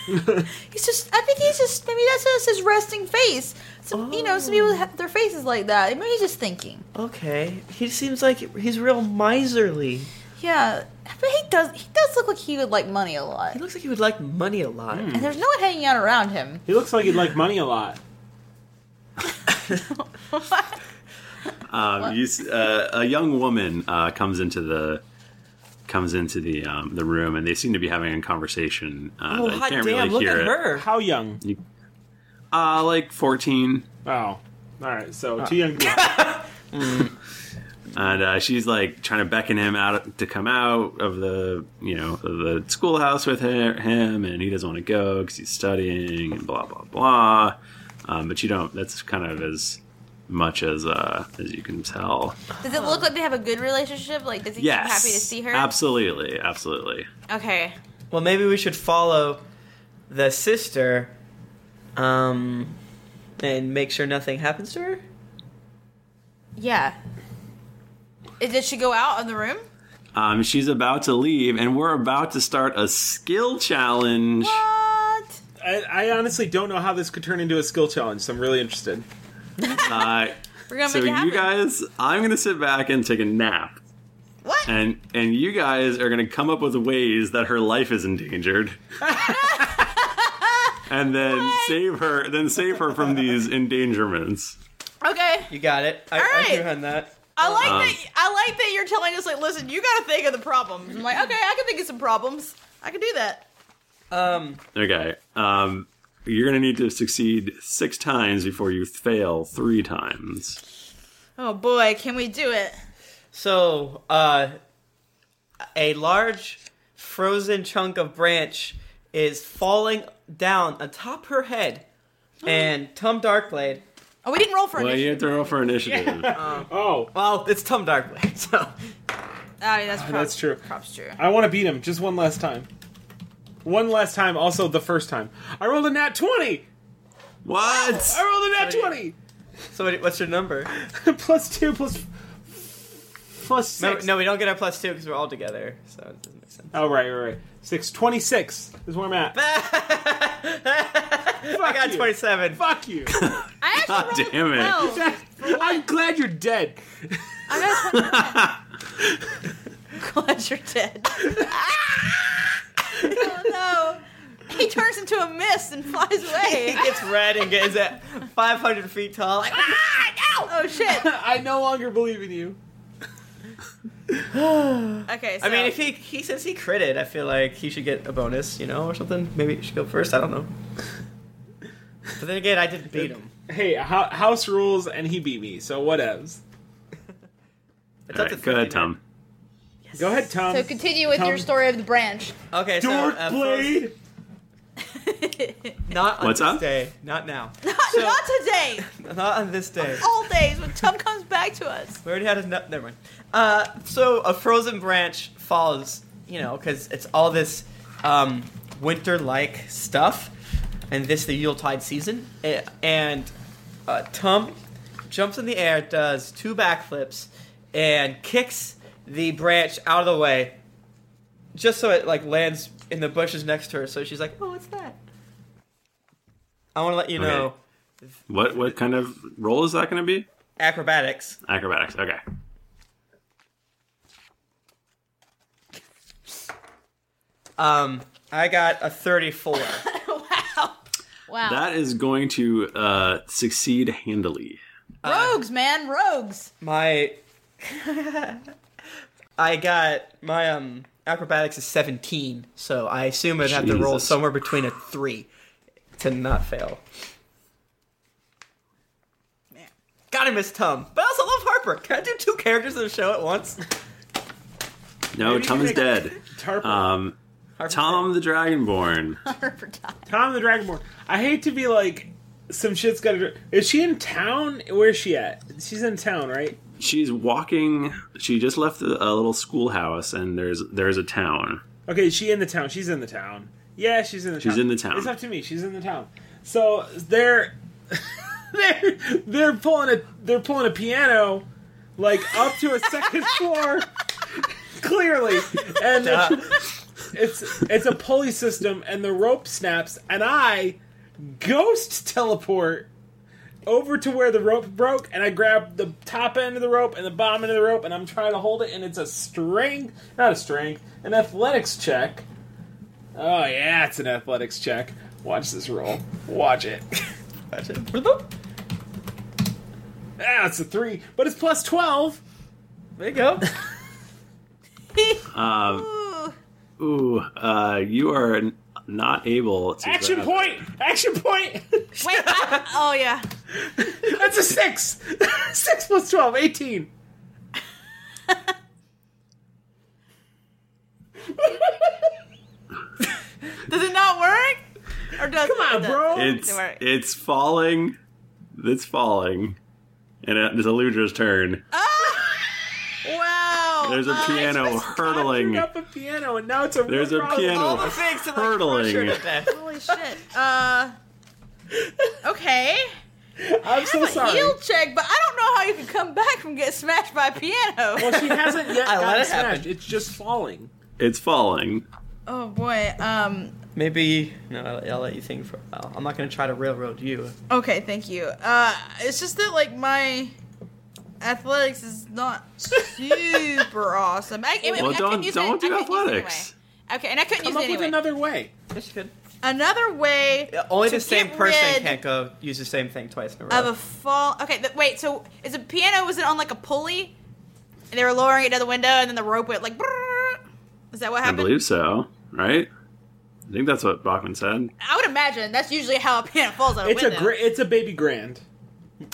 Speaker 4: He's just. I think he's just. Maybe that's just his resting face. Some, You know, some
Speaker 5: Oh.
Speaker 4: people have their faces like that. Maybe he's just thinking.
Speaker 5: Okay. He seems like he's real miserly.
Speaker 4: Yeah, but he does. He does look like he would like money a lot. He
Speaker 5: looks like he would like money a lot.
Speaker 4: And there's no one hanging out around him.
Speaker 8: He looks like he'd like money a
Speaker 1: Uh,
Speaker 8: lot.
Speaker 1: Um, you, s- uh, a young woman uh, comes into the comes into the um, the room, and they seem to be having a conversation. Uh,
Speaker 5: oh,
Speaker 1: I
Speaker 5: hot
Speaker 1: can't
Speaker 5: damn!
Speaker 1: really
Speaker 5: look
Speaker 1: hear
Speaker 5: at
Speaker 1: it.
Speaker 5: her.
Speaker 8: How young?
Speaker 1: Uh, like fourteen.
Speaker 5: Uh.
Speaker 8: Oh, all right. So
Speaker 1: Ah.
Speaker 8: Mm. too young. To be-
Speaker 1: and uh, she's like trying to beckon him out to come out of the you know of the schoolhouse with her, him, and he doesn't want to go because he's studying and blah blah blah. Um, but you don't. That's kind of as much as uh, as you can tell.
Speaker 4: Does it look like they have a good relationship? Like, does he
Speaker 1: yes,
Speaker 4: seem happy to see her?
Speaker 1: Absolutely, absolutely.
Speaker 4: Okay.
Speaker 5: Well, maybe we should follow the sister, um, and make sure nothing happens to her.
Speaker 4: Yeah. Is- Did she go out of the room?
Speaker 1: Um, she's about to leave, and we're about to start a skill challenge.
Speaker 8: I, I honestly don't know how this could turn into a skill challenge, so I'm really interested.
Speaker 1: Uh,
Speaker 4: We're gonna
Speaker 1: so
Speaker 4: make it happen.
Speaker 1: you guys, I'm gonna sit back and take a nap.
Speaker 4: What?
Speaker 1: And and you guys are gonna come up with ways that her life is endangered. and then save her then save her from these endangerments.
Speaker 4: Okay.
Speaker 5: You got it. I,
Speaker 4: All
Speaker 5: I
Speaker 4: right.
Speaker 5: threw on that.
Speaker 4: I like
Speaker 1: Um,
Speaker 4: that. I like that you're telling us like, listen, you gotta think of the problems. I'm like, okay, I can think of some problems. I can do that.
Speaker 5: Um.
Speaker 1: Okay. Um you're gonna need to succeed six times before you fail three times.
Speaker 4: Oh boy, can we do it?
Speaker 5: So, uh, a large frozen chunk of branch is falling down atop her head, and Tom Darkblade. Uh,
Speaker 4: Oh, we didn't roll for
Speaker 1: Well, you have to roll for initiative.
Speaker 8: oh.
Speaker 5: Well, it's Tom Darkblade, so.
Speaker 4: Oh, yeah, that's
Speaker 8: Ah,
Speaker 4: prob-
Speaker 8: that's true.
Speaker 4: Props true.
Speaker 8: I want to beat him just one last time. One last time, also the first time. I rolled a nat 20!
Speaker 1: What?
Speaker 8: I rolled a nat 20!
Speaker 5: So, what- what's your number?
Speaker 8: plus two, plus. Plus six.
Speaker 5: No, we don't get our plus two because we're all together, so it doesn't make sense.
Speaker 8: Oh, right, right, right. Six twenty-six is where I'm at. I
Speaker 5: got 27.
Speaker 8: Fuck you.
Speaker 1: God damn it.
Speaker 8: I'm glad you're dead.
Speaker 4: Glad you're dead. oh no. He turns into a mist and flies away.
Speaker 5: He gets red and gets at 500 feet tall. Like,
Speaker 4: ah, no! Oh shit.
Speaker 8: I no longer believe in you.
Speaker 4: Okay, so
Speaker 5: I mean, if he, he since he critted, I feel like he should get a bonus, you know, or something. Maybe he should go first. I don't know. But then again, I didn't beat him.
Speaker 8: Hey, ho- house rules, and he beat me, so whatevs.
Speaker 1: All right, go ahead, Tom.
Speaker 8: Go ahead, Tom.
Speaker 4: so continue with your
Speaker 8: Tom.
Speaker 4: story of the branch.
Speaker 5: Okay, so,
Speaker 8: Dark
Speaker 5: uh,
Speaker 8: Blade.
Speaker 5: Not on
Speaker 1: What's
Speaker 5: this
Speaker 1: up?
Speaker 5: day. Not now.
Speaker 4: Not, not today.
Speaker 5: Not on this day.
Speaker 4: All days when Tom comes back to us.
Speaker 5: We already had his. nut. Never mind. Uh, so a frozen branch falls, you know, because it's all this um, winter-like stuff, and this the Yuletide season. A- And uh, Tom jumps in the air, does two backflips, and kicks the branch out of the way, just so it like lands in the bushes next to her. So she's like, "Oh, what's that?" I want to let you
Speaker 1: Okay.
Speaker 5: know
Speaker 1: What what kind of roll is that gonna be?
Speaker 5: acrobatics.
Speaker 1: Acrobatics, okay.
Speaker 5: Um, I got a thirty-four.
Speaker 4: Wow.
Speaker 1: That is going to uh, succeed handily.
Speaker 8: uh,
Speaker 4: rogues, man, rogues.
Speaker 5: My I got my um acrobatics is 17, so I assume I'd have to roll
Speaker 1: Jesus.
Speaker 5: somewhere between a 3 to not fail. Gotta miss Tom, but I also love Harper. Can I do two characters in the show at once?
Speaker 1: No,
Speaker 5: Maybe
Speaker 1: Tom
Speaker 5: you
Speaker 1: is
Speaker 5: can-
Speaker 1: dead. Um, Tom the Dragonborn.
Speaker 8: Tom the Dragonborn. I hate to be like, some shit's gotta. Is she in town? Where's she at? She's in town, right?
Speaker 1: She's walking. She just left a a little schoolhouse, and there's there's a town.
Speaker 8: Okay, is she in the town? She's in the town. Yeah, she's in the
Speaker 1: She's
Speaker 8: town.
Speaker 1: in the town.
Speaker 8: It's up to me. She's in the town. So they're they're they're pulling a they're pulling a piano like up to a second floor. Clearly, and
Speaker 5: Duh.
Speaker 8: it's it's a pulley system, and the rope snaps, and I ghost teleport over to where the rope broke, and I grab the top end of the rope and the bottom end of the rope, and I'm trying to hold it, and it's a string, not a string, an athletics check. Oh yeah, it's an athletics check. Watch this roll. Watch it.
Speaker 5: Watch it.
Speaker 8: Ah, it's a three, but it's plus twelve.
Speaker 5: There you go.
Speaker 1: Um, ooh, uh, you are n- not able to
Speaker 8: Action point! Action point!
Speaker 4: Wait, I- oh yeah.
Speaker 8: That's a six. six plus 12, 18.
Speaker 4: Does it not work? Or does Come on, bro.
Speaker 1: It's it's falling. It's falling, and it- it's Eludra's turn.
Speaker 4: Wow.
Speaker 1: There's a piano hurtling.
Speaker 8: Up a piano, and now it's a
Speaker 1: There's a
Speaker 8: real problem.
Speaker 1: piano All the things that, like, hurtling. pressured it there.
Speaker 4: Holy shit. Uh, okay. I'm
Speaker 8: so
Speaker 4: have
Speaker 8: sorry.
Speaker 4: A heel check, but I don't know how you can come back from getting smashed by a piano.
Speaker 8: Well, she hasn't yet
Speaker 1: I let
Speaker 8: gotten
Speaker 1: it happen.
Speaker 8: smashed. It's just falling.
Speaker 1: It's falling.
Speaker 4: Oh boy. Um.
Speaker 5: Maybe no. I'll, I'll let you think for a while. I'm not gonna try to railroad you.
Speaker 4: Okay. Thank you. Uh, it's just that like my athletics is not super awesome. I, I mean,
Speaker 1: well,
Speaker 4: I couldn't
Speaker 1: don't
Speaker 4: use
Speaker 1: don't
Speaker 4: it.
Speaker 1: do
Speaker 4: I couldn't use it
Speaker 1: athletics.
Speaker 4: anyway. Okay, and I couldn't
Speaker 8: Come
Speaker 4: use
Speaker 8: up
Speaker 4: it
Speaker 8: with
Speaker 4: anyway.
Speaker 8: another way.
Speaker 5: Yes, you could.
Speaker 4: Another way.
Speaker 5: Only
Speaker 4: to
Speaker 5: the same
Speaker 4: get
Speaker 5: person
Speaker 4: rid
Speaker 5: can't go use the same thing twice in a row.
Speaker 4: of a fall. Okay, th- wait. So is a piano? Was it on like a pulley? And they were lowering it to the window, and then the rope went like. brrrr. Is that what
Speaker 1: I
Speaker 4: happened?
Speaker 1: believe so. Right? I think that's what Bachman said.
Speaker 4: I would imagine that's usually how a piano falls out of
Speaker 8: It's a
Speaker 4: window.
Speaker 8: gra- it's a baby grand.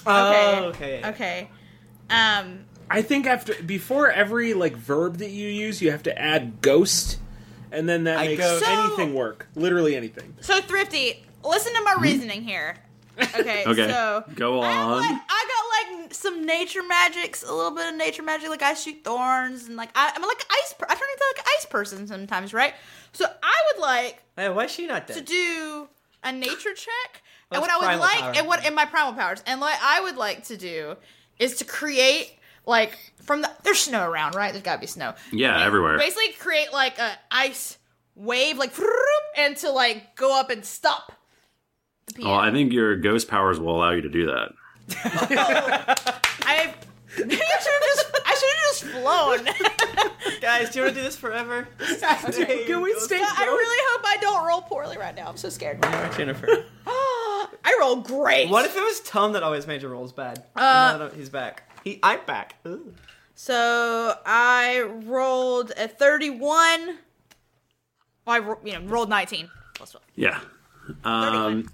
Speaker 4: Okay. Okay. Um.
Speaker 8: I think after before every like verb that you use, you have to add ghost, and then that makes
Speaker 4: ghost. So-
Speaker 8: anything work. Literally anything.
Speaker 4: So thrifty, listen to my reasoning here. Okay.
Speaker 8: Okay.
Speaker 4: So
Speaker 1: Go on.
Speaker 4: I got like some nature magics, a little bit of nature magic. Like I shoot thorns, and like I, I'm like an ice. Per- I turn into like an ice person sometimes, right? So I would like
Speaker 5: Hey, why is she not
Speaker 4: to
Speaker 5: dead?
Speaker 4: do a nature check.
Speaker 5: Well,
Speaker 4: and what
Speaker 5: it's
Speaker 4: I would
Speaker 5: primal
Speaker 4: like,
Speaker 5: power.
Speaker 4: and what in my primal powers, and what I would like to do is to create like from the there's snow around, right? There's got to be snow.
Speaker 1: Yeah, everywhere.
Speaker 4: Basically, create like a ice wave, like and to like go up and stop.
Speaker 1: Well, I think your ghost powers will allow you to do that.
Speaker 4: I I should have just I should have just flown.
Speaker 5: Guys, do you want to do this forever?
Speaker 4: Can we stay? I really hope I don't roll poorly right now. I'm so scared.
Speaker 5: Jennifer.
Speaker 4: I roll great.
Speaker 5: What if it was Tom that always made your rolls bad?
Speaker 4: Uh,
Speaker 5: And now that he's back. He, I'm back. Ooh.
Speaker 4: So I rolled a 31. Well, I ro- you know rolled 19 plus 12.
Speaker 1: Yeah. Um,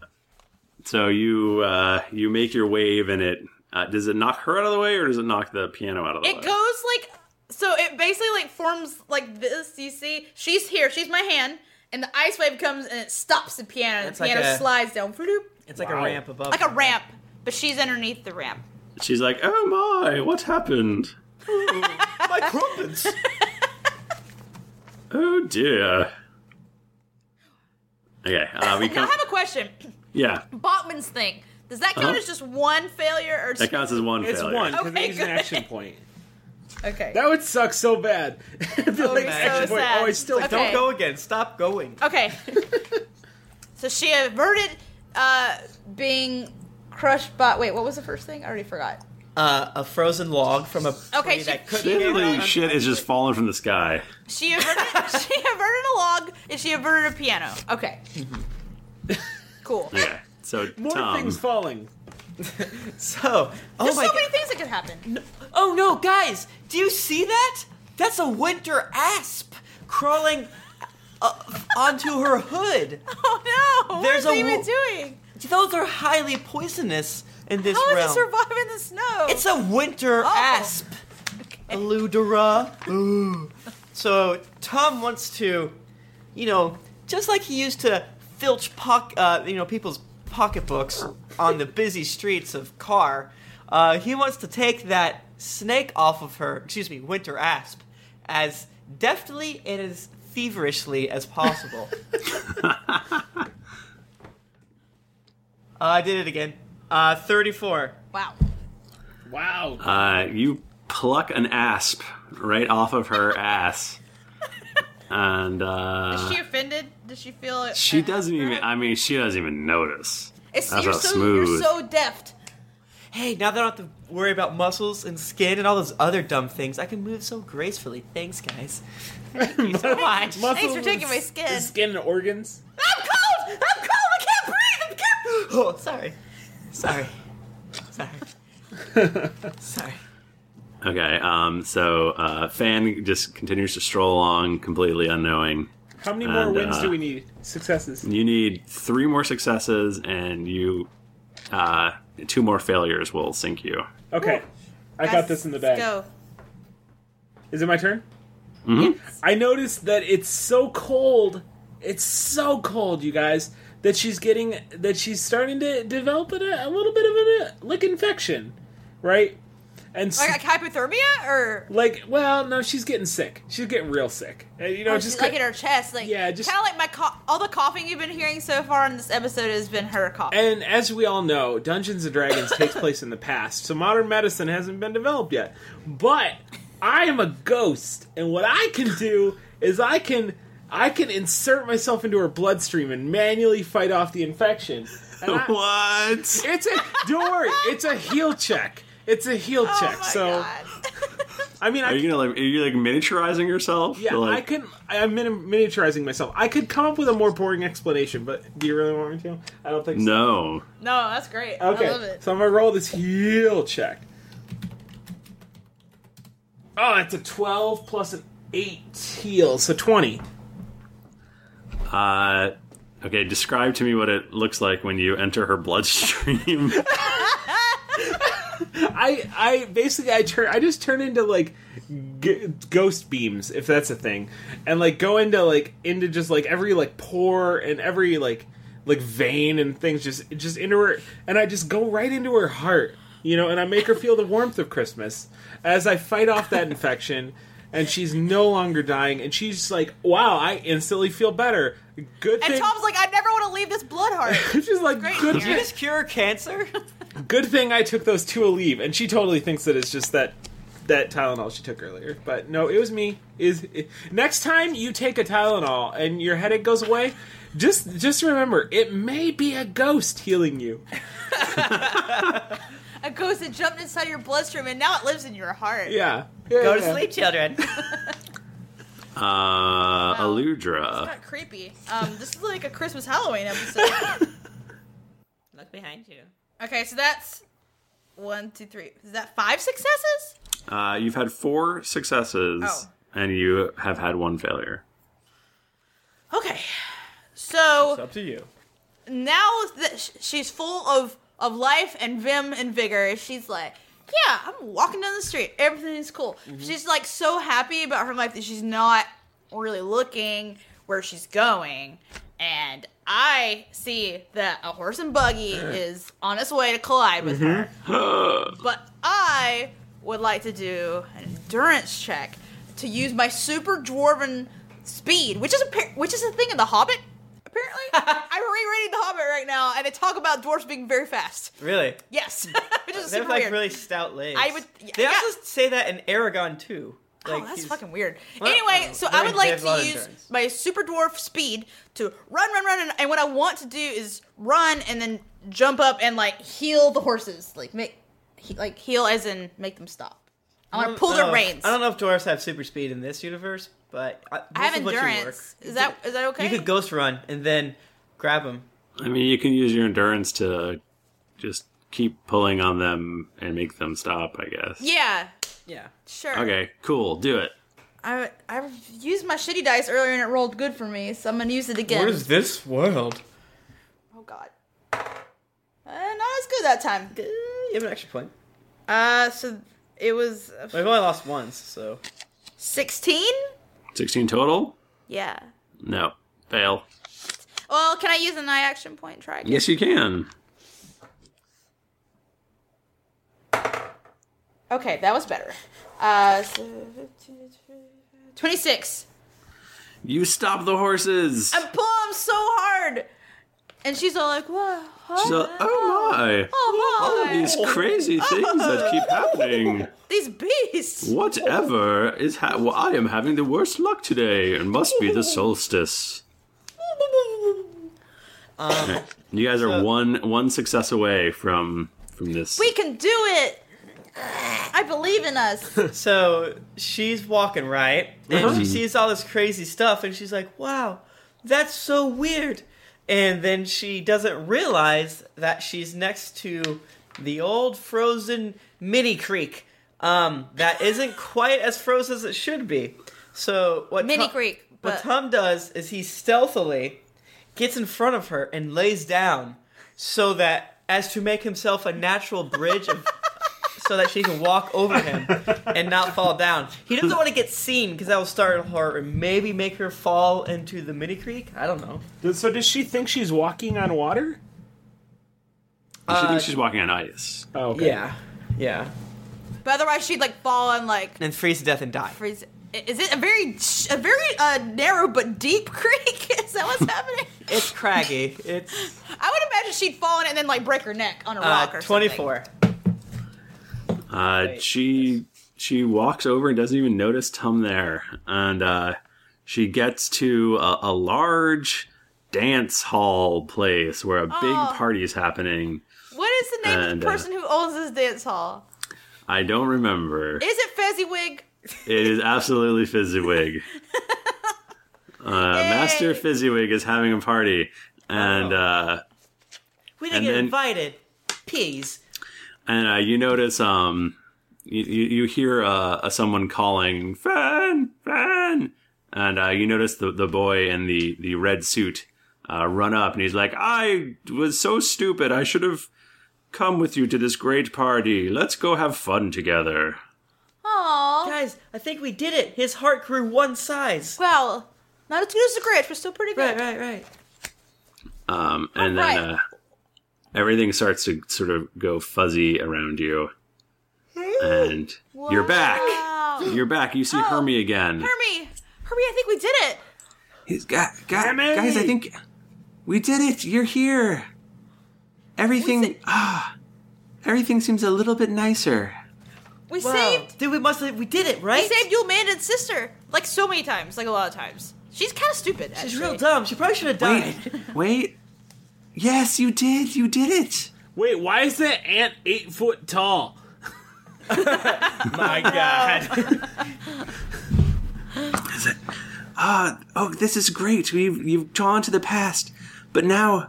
Speaker 1: so you uh, you make your wave, and it uh, does it knock her out of the way, or does it knock the piano out of the
Speaker 4: It
Speaker 1: way?
Speaker 4: goes like so. It basically like forms like this. You see, she's here. She's my hand, and the ice wave comes and it stops the piano.
Speaker 1: It's
Speaker 4: the
Speaker 1: like
Speaker 4: piano
Speaker 1: a-
Speaker 4: slides down. Floop.
Speaker 5: It's like a ramp above.
Speaker 4: Like a ramp, but she's underneath the ramp.
Speaker 1: She's like, "Oh my, what happened?
Speaker 5: my crumpets.
Speaker 1: Oh dear." Okay, uh, we
Speaker 4: Now I
Speaker 1: come.
Speaker 4: have a question.
Speaker 1: Yeah,
Speaker 4: Botman's thing. Does that count
Speaker 1: Uh-huh.
Speaker 4: as just one failure or?
Speaker 1: that counts as one
Speaker 8: It's
Speaker 1: failure.
Speaker 8: one because
Speaker 4: Okay,
Speaker 8: they use an
Speaker 4: good.
Speaker 8: action point.
Speaker 4: Okay.
Speaker 8: That would suck so bad. if the, like,
Speaker 4: so
Speaker 8: action point
Speaker 4: sad.
Speaker 8: always still
Speaker 4: Like, don't Okay. go
Speaker 5: again. Stop going.
Speaker 4: Okay. so she averted uh, being crushed by. Wait, what was the first thing? I already forgot.
Speaker 5: Uh, a frozen log from a.
Speaker 4: Okay, she,
Speaker 1: Literally, shit is just falling from the sky.
Speaker 4: she averted she averted a log and she averted a piano. Okay. cool.
Speaker 1: Okay, so
Speaker 8: More
Speaker 1: Tom,
Speaker 8: things falling.
Speaker 5: so, oh
Speaker 4: There's
Speaker 5: my
Speaker 4: so
Speaker 5: god.
Speaker 4: many things that could happen.
Speaker 3: Oh no, guys! Do you see that? That's a winter asp crawling uh, onto her hood.
Speaker 4: Oh no!
Speaker 5: There's
Speaker 4: what is
Speaker 5: a
Speaker 4: he even
Speaker 5: wo-
Speaker 4: doing?
Speaker 5: Those are highly poisonous in this
Speaker 4: How
Speaker 5: realm.
Speaker 4: is Oh. he surviving the snow?
Speaker 5: It's a winter asp. Eludera. Ooh. So Tom wants to, you know, just like he used to filch poc- uh, you know, people's pocketbooks on the busy streets of Carr, uh, he wants to take that snake off of her, excuse me, winter asp, as deftly and as feverishly as possible. Uh, I did it again. Uh, 34.
Speaker 4: Wow.
Speaker 8: Wow.
Speaker 1: uh, you pluck an asp right off of her ass, and uh,
Speaker 4: Is she offended? Does she feel it?
Speaker 1: She doesn't even. I mean, she doesn't even notice.
Speaker 4: It's,
Speaker 1: That's
Speaker 4: you're
Speaker 1: how
Speaker 4: so
Speaker 1: smooth.
Speaker 4: you're so deft.
Speaker 5: Hey, now that I don't have to worry about muscles and skin and all those other dumb things, I can move so gracefully. Thanks, guys. Thank you so much.
Speaker 4: Thanks for taking my skin.
Speaker 8: Skin and organs.
Speaker 4: I'm cold. I'm cold. Oh, I can't breathe. I
Speaker 5: can't. Oh, sorry. Sorry. Sorry. Sorry.
Speaker 1: Okay, um, so uh, Fan just continues to stroll along, completely unknowing.
Speaker 8: How many more
Speaker 1: And,
Speaker 8: wins
Speaker 1: uh,
Speaker 8: do we need? Successes.
Speaker 1: You need three more successes, and you uh, two more failures will sink you.
Speaker 8: Okay. I got this in the bag.
Speaker 4: Go.
Speaker 8: Is it my turn?
Speaker 1: Mhm.
Speaker 8: I noticed that it's so cold. It's so cold, you guys, that she's getting that she's starting to develop a, a little bit of a like infection, right? And s-
Speaker 4: Like, like hypothermia or
Speaker 8: like, well, no, she's getting sick. She's getting real sick. And, you know,
Speaker 4: or
Speaker 8: just
Speaker 4: Oh, like in her chest, like yeah, just kind of like my co- all the coughing you've been hearing so far in this episode has been her coughing.
Speaker 8: And as we all know, Dungeons and Dragons takes place in the past, so modern medicine hasn't been developed yet. But I am a ghost, and what I can do is I can I can insert myself into her bloodstream and manually fight off the infection. And I-
Speaker 1: what?
Speaker 8: It's a don't worry, it's a heal check. It's a heal check. so I mean, I
Speaker 1: Are you gonna like? Are you like miniaturizing yourself?
Speaker 8: yeah,
Speaker 1: To, like,
Speaker 8: I can. I'm minim- miniaturizing myself. I could come up with a more boring explanation, but do you really want me to? I don't think so.
Speaker 1: No.
Speaker 4: No, that's great.
Speaker 8: Okay,
Speaker 4: I love it.
Speaker 8: so I'm gonna roll this heal check. Oh, it's a 12 plus an 8 heal, so 20.
Speaker 1: Uh, okay, describe to me what it looks like when you enter her bloodstream.
Speaker 8: I I basically I turn I just turn into like g- ghost beams if that's a thing, and like go into like into just like every like pore and every like like vein and things just just into her, and I just go right into her heart, you know, and I make her feel the warmth of Christmas as I fight off that infection. And she's no longer dying, and she's like, "Wow, I instantly feel better. Good
Speaker 4: And
Speaker 8: thing."
Speaker 4: Tom's like, I never want to leave this blood heart.
Speaker 8: she's like, "Good
Speaker 4: Did you
Speaker 8: thing-
Speaker 4: just cure cancer?
Speaker 8: Good thing I took those two Aleve, and she totally thinks that it's just that that Tylenol she took earlier. But no, it was me. Is it- next time you take a Tylenol and your headache goes away, just just remember it may be a ghost healing you.
Speaker 4: a ghost that jumped inside your bloodstream and now it lives in your heart.
Speaker 8: Yeah.
Speaker 4: Go
Speaker 8: to yeah.
Speaker 4: sleep, children.
Speaker 1: uh, Aludra.
Speaker 8: Uh.
Speaker 4: Not creepy. Um, this is like a Christmas Halloween episode.
Speaker 14: Look behind you.
Speaker 4: okay, so that's one, two, three. Is that five successes?
Speaker 1: Uh, you've had four successes, and you have had one failure.
Speaker 4: Okay, so
Speaker 8: up to you.
Speaker 4: now that sh- she's full of of life and vim and vigor, she's like, yeah, I'm walking down the street. Everything's cool.
Speaker 8: Mm-hmm.
Speaker 14: Mhm.
Speaker 4: She's like so happy about her life that she's not really looking where she's going. And I see that a horse and buggy is on its way to collide with her.
Speaker 5: Mm-hmm.
Speaker 4: But I would like to do an endurance check to use my super dwarven speed, which is a par- which is a thing in The Hobbit. Apparently, I'm rereading The Hobbit right now, and they talk about dwarves being very fast.
Speaker 5: Really?
Speaker 4: Yes, which is
Speaker 5: They
Speaker 4: super
Speaker 5: have like
Speaker 4: weird.
Speaker 5: really stout legs.
Speaker 4: I would-
Speaker 5: they
Speaker 4: yeah.
Speaker 5: also say that in Aragon too. Like,
Speaker 4: oh, that's
Speaker 5: he's-
Speaker 4: fucking weird.
Speaker 5: Well,
Speaker 4: anyway, so
Speaker 5: they-
Speaker 4: I would
Speaker 5: they
Speaker 4: like
Speaker 5: have a lot
Speaker 4: to
Speaker 5: of
Speaker 4: use
Speaker 5: endurance.
Speaker 4: my super dwarf speed to run, run, run, and, and what I want to do is run and then jump up and like heal the horses, like make he, like heal as in make them stop. I want
Speaker 5: don't
Speaker 4: to pull their
Speaker 5: know.
Speaker 4: reins.
Speaker 5: I don't know if dwarves have super speed in this universe, but I,
Speaker 4: I have
Speaker 5: this is what you work.
Speaker 4: endurance. Is that is that okay?
Speaker 5: You could ghost run and then grab him.
Speaker 1: I mean, you can use your endurance to just keep pulling on them and make them stop. I guess.
Speaker 4: yeah. Yeah. Sure.
Speaker 1: Okay, cool. Do it.
Speaker 4: I I used my shitty dice earlier and it rolled good for me, so I'm gonna use it again.
Speaker 5: this world?
Speaker 4: Oh god. Uh, not as good that time. Good.
Speaker 5: You haven't actually played.
Speaker 4: Uh, so it was
Speaker 5: But I've only lost once, so.
Speaker 4: sixteen.
Speaker 1: Sixteen total.
Speaker 4: Yeah.
Speaker 1: No, fail.
Speaker 4: Well, can I use an eye action point? Try again.
Speaker 1: Yes, you can.
Speaker 4: Okay, that was better. Uh, so 26.
Speaker 1: You stop the horses.
Speaker 4: I'm pulling them so hard. And she's all like, whoa, huh?
Speaker 1: She's all, oh my!
Speaker 4: Oh, my.
Speaker 1: All these crazy things that keep happening.
Speaker 4: These beasts.
Speaker 1: Whatever is ha- well, I am having the worst luck today. It must be the solstice.
Speaker 5: Um,
Speaker 1: you guys are one one success away from from this.
Speaker 4: We can do it. I believe in us.
Speaker 5: so she's walking right, and
Speaker 1: Uh-huh.
Speaker 5: she sees all this crazy stuff, and she's like, "Wow, that's so weird." And then she doesn't realize that she's next to the old frozen mini creek um, that isn't quite as frozen as it should be. So what
Speaker 4: Mini
Speaker 5: Tom-
Speaker 4: creek,
Speaker 5: What
Speaker 4: but-
Speaker 5: Tom does is he stealthily gets in front of her and lays down so that as to make himself a natural bridge of so that she can walk over him and not fall down. He doesn't want to get seen because that will startle her and maybe make her fall into the mini creek. I don't know.
Speaker 8: So does she think she's walking on water?
Speaker 1: she
Speaker 5: Uh,
Speaker 1: thinks she's walking on ice.
Speaker 8: Oh,
Speaker 5: Yeah, yeah,
Speaker 4: But otherwise, she'd like fall and like
Speaker 5: and freeze to death and die.
Speaker 4: freeze. Is it a very sh- a very uh, narrow but deep creek? Is that what's happening?
Speaker 5: It's craggy. It's
Speaker 4: I would imagine she'd fall in it and then like break her neck on a
Speaker 5: uh,
Speaker 4: rock or something.
Speaker 5: twenty-four.
Speaker 1: Uh, she she walks over and doesn't even notice Tum there, and uh, she gets to a, a large dance hall place where a big
Speaker 4: Oh.
Speaker 1: party is happening.
Speaker 4: What is the name of
Speaker 1: And,
Speaker 4: the
Speaker 1: uh,
Speaker 4: person who owns this dance hall?
Speaker 1: I don't remember.
Speaker 4: Is it Fezziwig?
Speaker 1: It is absolutely Fizzywig. uh, Master Fizzywig is having a party, and uh,
Speaker 5: We didn't
Speaker 1: And
Speaker 5: get
Speaker 1: then-
Speaker 5: invited. Peas.
Speaker 1: and uh, you notice um, you you, you hear uh, uh, someone calling Fan Fan, and uh, you notice the the boy in the the red suit uh, run up, and he's like, "I was so stupid. I should have come with you to this great party. Let's go have fun together."
Speaker 4: Aww.
Speaker 5: Guys, I think we did it. His heart grew one size.
Speaker 4: Well, not as good as the Grinch, but still pretty good.
Speaker 5: Right, right, right.
Speaker 1: Um, and then uh, everything starts to sort of go fuzzy around you. And you're back. You're back. You see Hermie again.
Speaker 4: Oh, Hermie, Hermie, I think we did it.
Speaker 15: He's got, got guys. I think we did it. You're here. Everything. Ah, everything seems a little bit nicer.
Speaker 4: We saved.
Speaker 5: Dude, we must have. We did it,
Speaker 4: We
Speaker 5: right?
Speaker 4: saved Yul Mandan's sister, like so many times, like a lot of times. She's kind of stupid. Actually.
Speaker 5: She's real dumb. She probably should have died.
Speaker 15: Wait. Yes, you did. You did it.
Speaker 8: Wait, why is that ant eight foot tall? My God.
Speaker 15: Ah, oh, this is great. We've you've drawn to the past, but now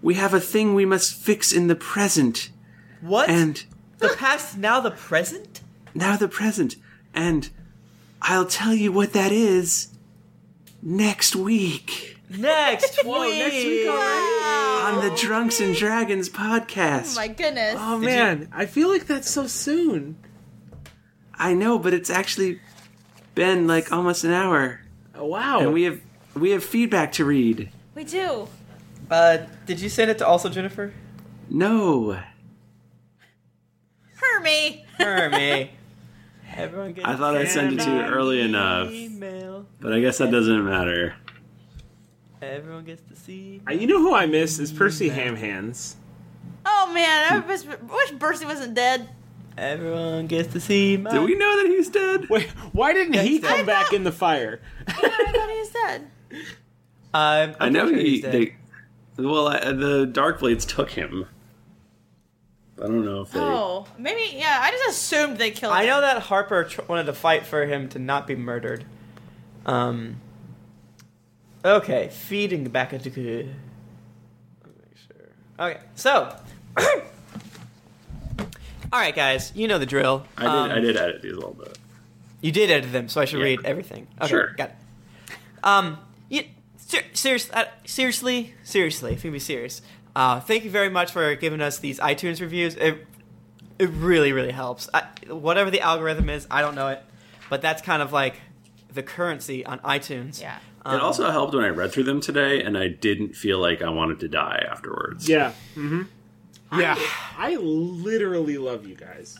Speaker 15: we have a thing we must fix in the present.
Speaker 5: What?
Speaker 15: And
Speaker 5: the past, now the present.
Speaker 15: Now the present, and I'll tell you what that is next week
Speaker 5: Next week.
Speaker 15: on the Drunks and Dragons
Speaker 4: Oh
Speaker 15: podcast.
Speaker 4: my goodness.
Speaker 8: Oh man, I feel like that's so soon.
Speaker 15: I know, but it's actually been like almost an hour.
Speaker 8: Oh wow!
Speaker 15: And we have we have feedback to read.
Speaker 4: We do.
Speaker 5: Uh, did you send it to also Jennifer?
Speaker 15: No,
Speaker 4: Hermie.
Speaker 5: Hermie. Everyone get
Speaker 1: I thought I sent it to you
Speaker 5: Hermie
Speaker 1: early enough,
Speaker 5: Email.
Speaker 1: but I guess that doesn't matter.
Speaker 5: Everyone gets to see.
Speaker 8: Uh, You know who I miss is Percy Ham Hands.
Speaker 4: Oh man, I wish, wish Percy wasn't dead.
Speaker 5: Everyone gets to see. My...
Speaker 8: Do we
Speaker 15: know that he's dead?
Speaker 8: Wait, why didn't he come back in the fire?
Speaker 4: I thought he was dead.
Speaker 5: Uh,
Speaker 1: I know he. They, well, uh, the dark blades took him. I don't know if they.
Speaker 4: Oh, maybe yeah. I just assumed they killed.
Speaker 5: I
Speaker 4: him.
Speaker 5: know that Harper tr- wanted to fight for him to not be murdered. Um. Okay, feeding back into. Make sure. Okay, so. All right, guys, you know the drill. Um,
Speaker 1: I did. I did edit these a little bit.
Speaker 5: You did edit them, so I should read everything. Okay,
Speaker 1: Sure.
Speaker 5: got it. Um, you, ser- serious, uh, seriously, seriously, if you can be serious, uh, thank you very much for giving us these iTunes reviews. It, it really, really helps. I, whatever the algorithm is, I don't know it, but that's kind of like the currency on iTunes. Um, Yeah.
Speaker 1: it also helped when I read through them today, and I didn't feel like I wanted to die afterwards.
Speaker 8: Yeah. Mm-hmm. Yeah. I, literally love you guys.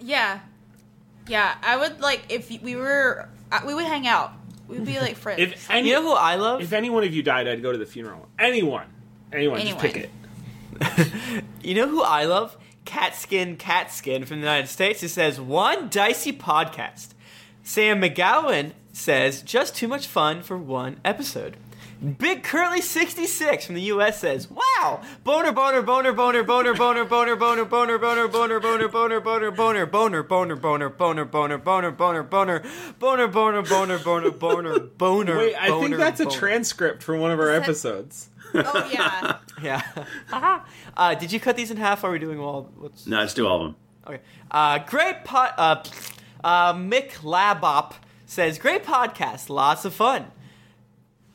Speaker 4: Yeah, yeah. I would like if we were, uh, we would hang out. We'd be like friends.
Speaker 8: If any, you know
Speaker 5: who I love?
Speaker 8: If any one of you died, I'd go to the funeral. Anyone. Anyone, just pick it.
Speaker 5: You know who I love? Catskin Catskin from the United States. He says, one dicey podcast. Sam McGowan says, just too much fun for one episode. Big Curly 66 from the US says, wow, boner, boner, boner, boner, boner, boner, boner, boner, boner, boner, boner, boner, boner, boner, boner, boner, boner, boner, boner, boner, boner, boner, boner, boner, boner, boner, boner, boner, boner.
Speaker 8: Wait, I think
Speaker 5: boner,
Speaker 8: that's a
Speaker 5: boner.
Speaker 8: transcript from one of our episodes.
Speaker 4: Oh yeah.
Speaker 5: yeah. uh, did you cut these in half? Or are we doing all? What's,
Speaker 1: No, let's do all of them.
Speaker 5: okay. Uh, great pot. Uh, uh, Mick Labop says, "Great podcast, lots of fun.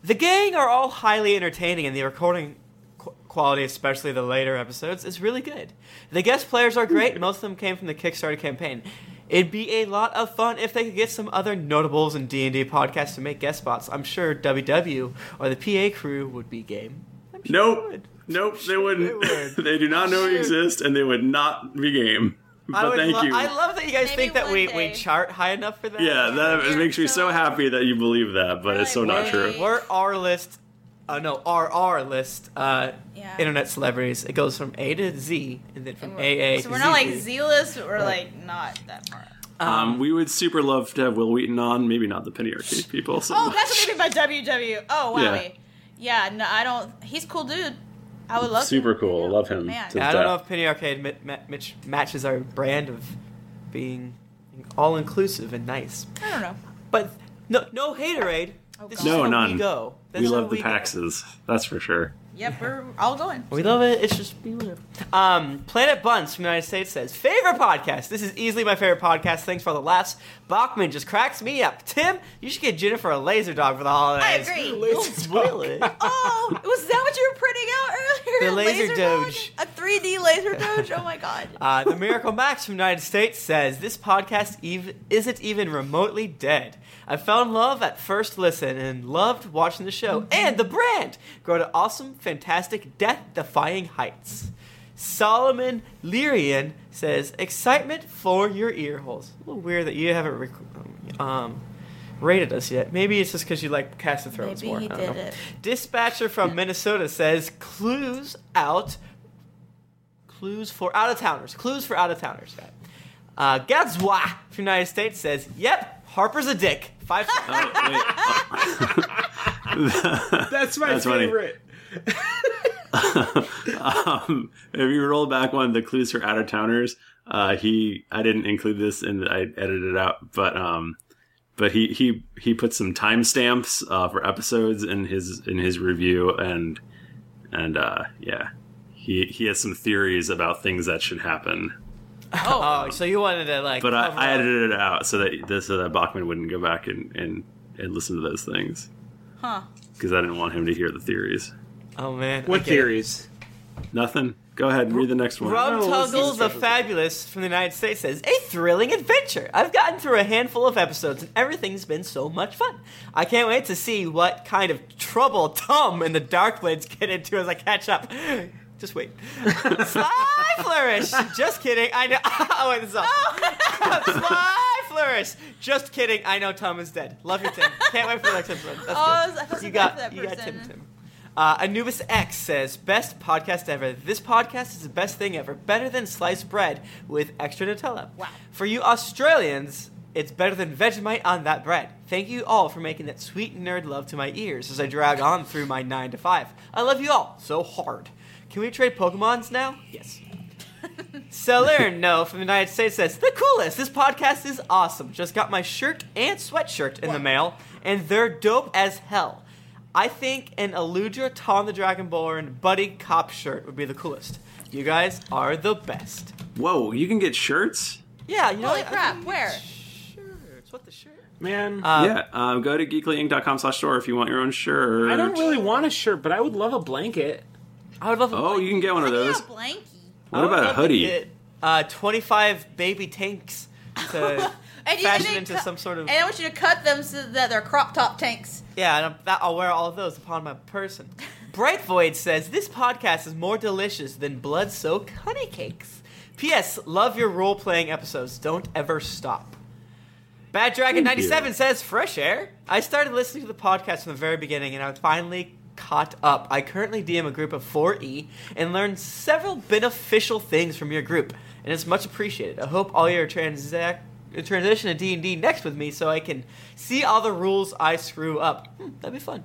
Speaker 5: The gang are all highly entertaining, and the recording qu- quality, especially the later episodes, is really good. The guest players are great. Most of them came from the Kickstarter campaign. It'd be a lot of fun if they could get some other notables and D&D podcasts to make guest spots. I'm sure WW or the PA crew would be game.
Speaker 1: Nope. Nope, they wouldn't. They, do not know we exist, and they would not be game.
Speaker 5: I,
Speaker 1: But
Speaker 5: would
Speaker 1: thank
Speaker 5: lo-
Speaker 1: you.
Speaker 5: I love that you guys think that we, we chart high enough for that.
Speaker 1: yeah, that makes me so happy that you believe that, but it's so not true.
Speaker 5: We're R list, uh, no, RR list uh,
Speaker 4: Yeah.
Speaker 5: internet celebrities. It goes from A to Z, and then from
Speaker 4: We're-
Speaker 5: AA
Speaker 4: So
Speaker 5: to
Speaker 4: we're not like
Speaker 5: ZZ.
Speaker 4: zealous, but we're like not that far.
Speaker 1: Um, we would super love to have Will Wheaton on, maybe not the Penny Arcade people. So.
Speaker 4: Oh, that's what they mean by WW. Oh,
Speaker 1: Yeah.
Speaker 4: wowie. Yeah. no, I don't. He's cool, dude. I would love.
Speaker 1: super cool. Love him.
Speaker 4: Man.
Speaker 1: to
Speaker 5: Yeah, I don't
Speaker 1: death.
Speaker 5: know if Penny Arcade mi- ma- mitch- matches our brand of being all inclusive and nice.
Speaker 4: I don't know.
Speaker 5: But no, no haterade. this is
Speaker 1: No,
Speaker 5: how
Speaker 1: none.
Speaker 5: We go. This
Speaker 1: We
Speaker 5: is how
Speaker 1: love the
Speaker 5: we go.
Speaker 1: Paxes. That's for sure.
Speaker 4: Yep, we're all going.
Speaker 5: We love it. It's just be real. Um, Planet Buns from the United States says, favorite podcast. This is easily my favorite podcast. Thanks for all the laughs. Bachman just cracks me up. Tim, you should get Jennifer a laser dog for the
Speaker 4: I
Speaker 5: holidays.
Speaker 4: agree.
Speaker 5: Really?
Speaker 4: Oh, was that what you were printing out earlier?
Speaker 5: The
Speaker 4: A
Speaker 5: laser doge.
Speaker 4: A 3D laser doge. Oh my god.
Speaker 5: Uh, the Miracle Max from the United States says this podcast ev- isn't even remotely dead. I fell in love at first listen and loved watching the
Speaker 4: Mm-hmm.
Speaker 5: show and the brand grow to awesome, fantastic, death-defying heights. Solomon Lyrian says excitement for your ear holes. A little weird that you haven't rec- um, rated us yet. Maybe it's just because you like Cast of Thrones
Speaker 4: Maybe
Speaker 5: more.
Speaker 4: he
Speaker 5: I don't
Speaker 4: did
Speaker 5: know.
Speaker 4: it.
Speaker 5: Dispatcher from Minnesota says clues out Clues for out of towners. Clues for out of towners. Got it. Uh, Gadzwa from the United States says, "Yep, Harper's a dick." Five.
Speaker 1: Oh,
Speaker 8: That's my
Speaker 1: That's funny.
Speaker 8: favorite.
Speaker 1: um, if you roll back one of the clues for out of towners, uh, he I didn't include this and I edited it out, but um, but he he he put some timestamps uh, for episodes in his in his review and and uh, yeah, he he has some theories about things that should happen,
Speaker 5: Oh. so you wanted to like?
Speaker 1: but I,
Speaker 5: cover
Speaker 1: I
Speaker 5: up.
Speaker 1: edited it out so that this so that Bachman wouldn't go back and and, and listen to those things
Speaker 4: Huh.
Speaker 1: because I didn't want him to hear the theories.
Speaker 5: Oh man,
Speaker 8: What
Speaker 5: okay.
Speaker 8: theories?
Speaker 1: Nothing. Go ahead and read the next one.
Speaker 5: Rum Tuggle the Fabulous from the United States says, A thrilling adventure! I've gotten through a handful of episodes and everything's been so much fun. I can't wait to see what kind of trouble Tom and the Darkblades get into as I catch up. Just wait. Sly Flourish! Just kidding. I know. Oh, wait, this is awesome. Sly Flourish! Just kidding. I know Tom is dead. Love you, Tim. Can't wait for the next episode. That's
Speaker 4: Oh,
Speaker 5: good.
Speaker 4: I felt so
Speaker 5: you
Speaker 4: bad
Speaker 5: got,
Speaker 4: for that
Speaker 5: you got
Speaker 4: person.
Speaker 5: Tim, Tim. Uh, Anubis X says, "Best podcast ever. This podcast is the best thing ever. Better than sliced bread with extra Nutella. Wow. For you Australians, it's better than Vegemite on that bread. Thank you all for making that sweet nerd love to my ears as I drag on through my nine to five. I love you all so hard. Can we trade Pokemons now? Yes. Seller No from the United States says, The coolest! This podcast is awesome. Just got my shirt and sweatshirt in the mail, and they're dope as hell. I think an Eludra Tom the Dragonborn Buddy Cop shirt would be the coolest. You guys are the best.
Speaker 1: Whoa, you can get shirts?
Speaker 5: Yeah, you know
Speaker 4: Holy
Speaker 5: what?
Speaker 4: crap! Where?
Speaker 5: Shirts. What the shirt?
Speaker 8: Man.
Speaker 5: Uh,
Speaker 1: yeah, um, go to geeklyinc.com slash store if you want your own shirt.
Speaker 8: I don't really want a shirt, but I would love a blanket.
Speaker 5: I would love. A
Speaker 1: oh, you can get one of those.
Speaker 4: Blank.
Speaker 1: What about a hoodie?
Speaker 5: Get, uh, 25 baby tanks to
Speaker 4: And you- and
Speaker 5: fashion
Speaker 4: then
Speaker 5: into
Speaker 4: cut-
Speaker 5: some sort of.
Speaker 4: And I want you to cut them so that they're crop top tanks.
Speaker 5: Yeah, and I'm, that, I'll wear all of those upon my person. Bright Void says this podcast is more delicious than blood-soaked honey cakes. P.S. Love your role-playing episodes. Don't ever stop. Bad Dragon
Speaker 2: Thank you.
Speaker 5: 97 says fresh air. I started listening to the podcast from the very beginning, and I finally caught up. I currently DM a group of 4E and learned several beneficial things from your group, and it's much appreciated. I hope all your transact transition to D&D next with me so I can see all the rules I screw up. Hmm, that'd be fun.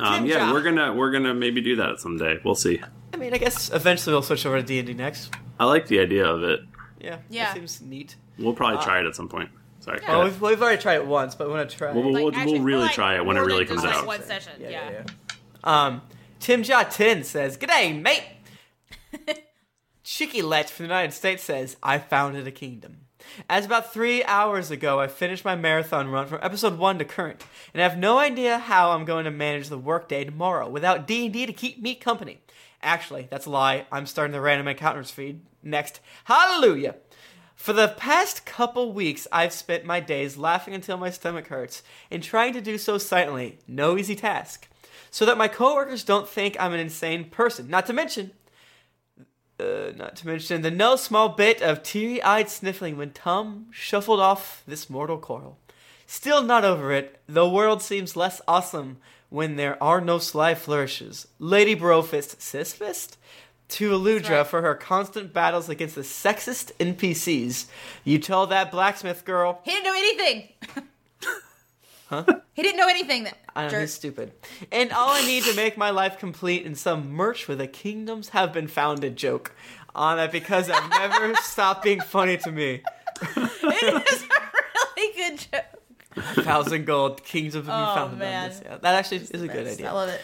Speaker 1: Um,
Speaker 5: Tim
Speaker 1: yeah,
Speaker 5: Drop.
Speaker 1: we're gonna we're gonna maybe do that someday. We'll see.
Speaker 5: I mean, I guess eventually we'll switch over to D&D next.
Speaker 1: I like the idea of it.
Speaker 5: Yeah,
Speaker 4: Yeah.
Speaker 5: that seems neat.
Speaker 1: We'll probably
Speaker 5: Uh,
Speaker 1: try it at some point. Sorry. go
Speaker 5: Well,
Speaker 1: ahead.
Speaker 5: we've, we've already tried it once, but we want to try.
Speaker 1: We'll, we'll, we'll really try it when it really comes out.
Speaker 14: One session. Yeah.
Speaker 5: Um, Tim Jaw Tin says, "G'day, mate." Chicky Let from the United States says, "I founded a kingdom." As about three hours ago, I finished my marathon run from episode one to current, and I have no idea how I'm going to manage the workday tomorrow without D and D to keep me company. Actually, that's a lie. I'm starting the random encounters feed next. Hallelujah! For the past couple weeks, I've spent my days laughing until my stomach hurts and trying to do so silently. No easy task. So that my coworkers don't think I'm an insane person. Not to mention, uh, not to mention the no small bit of teary eyed sniffling when Tom shuffled off this mortal coil. Still not over it, the world seems less awesome when there are no sly flourishes. Lady Brofist, sis fist? To Aludra for her constant battles against the sexist NPCs. You tell that blacksmith girl,
Speaker 4: He didn't know anything.
Speaker 5: huh?
Speaker 4: He didn't know anything. That
Speaker 5: I know,
Speaker 4: jerk.
Speaker 5: he's stupid. And all I need to make my life complete in some merch with a kingdoms have been founded joke on it because I've never stopped being funny to me.
Speaker 4: really good joke.
Speaker 5: A thousand gold, kingdoms have
Speaker 4: Oh,
Speaker 5: been founded
Speaker 4: man.
Speaker 5: on this. Yeah, that actually is a good
Speaker 4: Best.
Speaker 5: idea.
Speaker 4: I love it.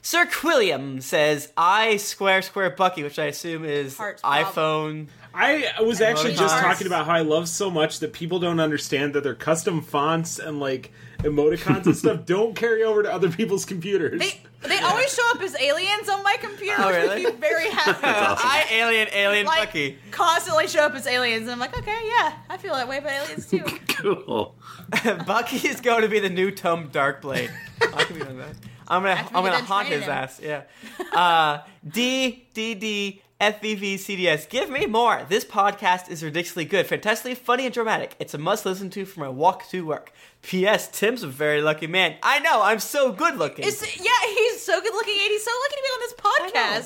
Speaker 5: Sir Quilliam says, I square square Bucky, which I assume is
Speaker 4: Heart's
Speaker 5: iPhone.
Speaker 8: I was actually
Speaker 5: emoticons.
Speaker 8: just talking about how I love so much that people don't understand that their custom fonts and like emoticons and stuff don't carry over to other people's computers.
Speaker 4: They always show up as aliens on my computer,
Speaker 8: Oh,
Speaker 4: which
Speaker 8: really?
Speaker 4: makes me very happy.
Speaker 5: I alien alien
Speaker 4: Like-
Speaker 5: Bucky.
Speaker 4: Constantly show up as aliens, and I'm like, okay, yeah, I feel that way about aliens too.
Speaker 5: Cool. Bucky is going to be the new Tom Darkblade. I can be on that. I'm gonna
Speaker 4: we
Speaker 5: I'm
Speaker 4: get
Speaker 5: gonna
Speaker 4: done
Speaker 5: haunt his
Speaker 4: training him.
Speaker 5: ass. Yeah. Uh, D D D F V V C D S. Give me more. This podcast is ridiculously good, fantastically funny and dramatic. It's a must listen to for my walk to work. P.S. Tim's a very lucky man. I know. I'm so good looking.
Speaker 4: It's, yeah, he's so good looking, and he's so lucky to be on this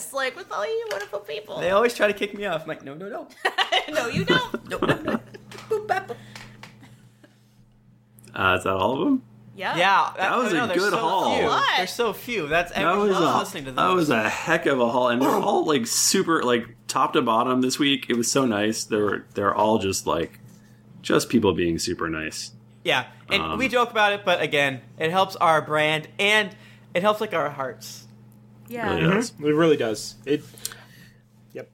Speaker 4: podcast, like with all you wonderful people.
Speaker 5: They always try to kick me off. I'm like, no, no, no.
Speaker 1: Uh, is that all of them?
Speaker 4: Yeah.
Speaker 5: Yeah.
Speaker 1: That was
Speaker 5: I
Speaker 1: a
Speaker 5: know, there's
Speaker 1: good
Speaker 5: so
Speaker 1: haul.
Speaker 5: Few.
Speaker 1: What?
Speaker 5: There's so few. That's
Speaker 1: That was,
Speaker 5: everyone's
Speaker 1: a,
Speaker 5: listening to
Speaker 1: that
Speaker 5: those. Oh.
Speaker 1: was a heck of a haul, and they're all like super, like top to bottom this week. It was so nice. They were they're all just like just people being super nice.
Speaker 5: Yeah, and
Speaker 1: Um,
Speaker 5: we joke about it, but again, it helps our brand and it helps like our hearts.
Speaker 4: Yeah.
Speaker 8: Mhm. It really does. It
Speaker 4: Yep.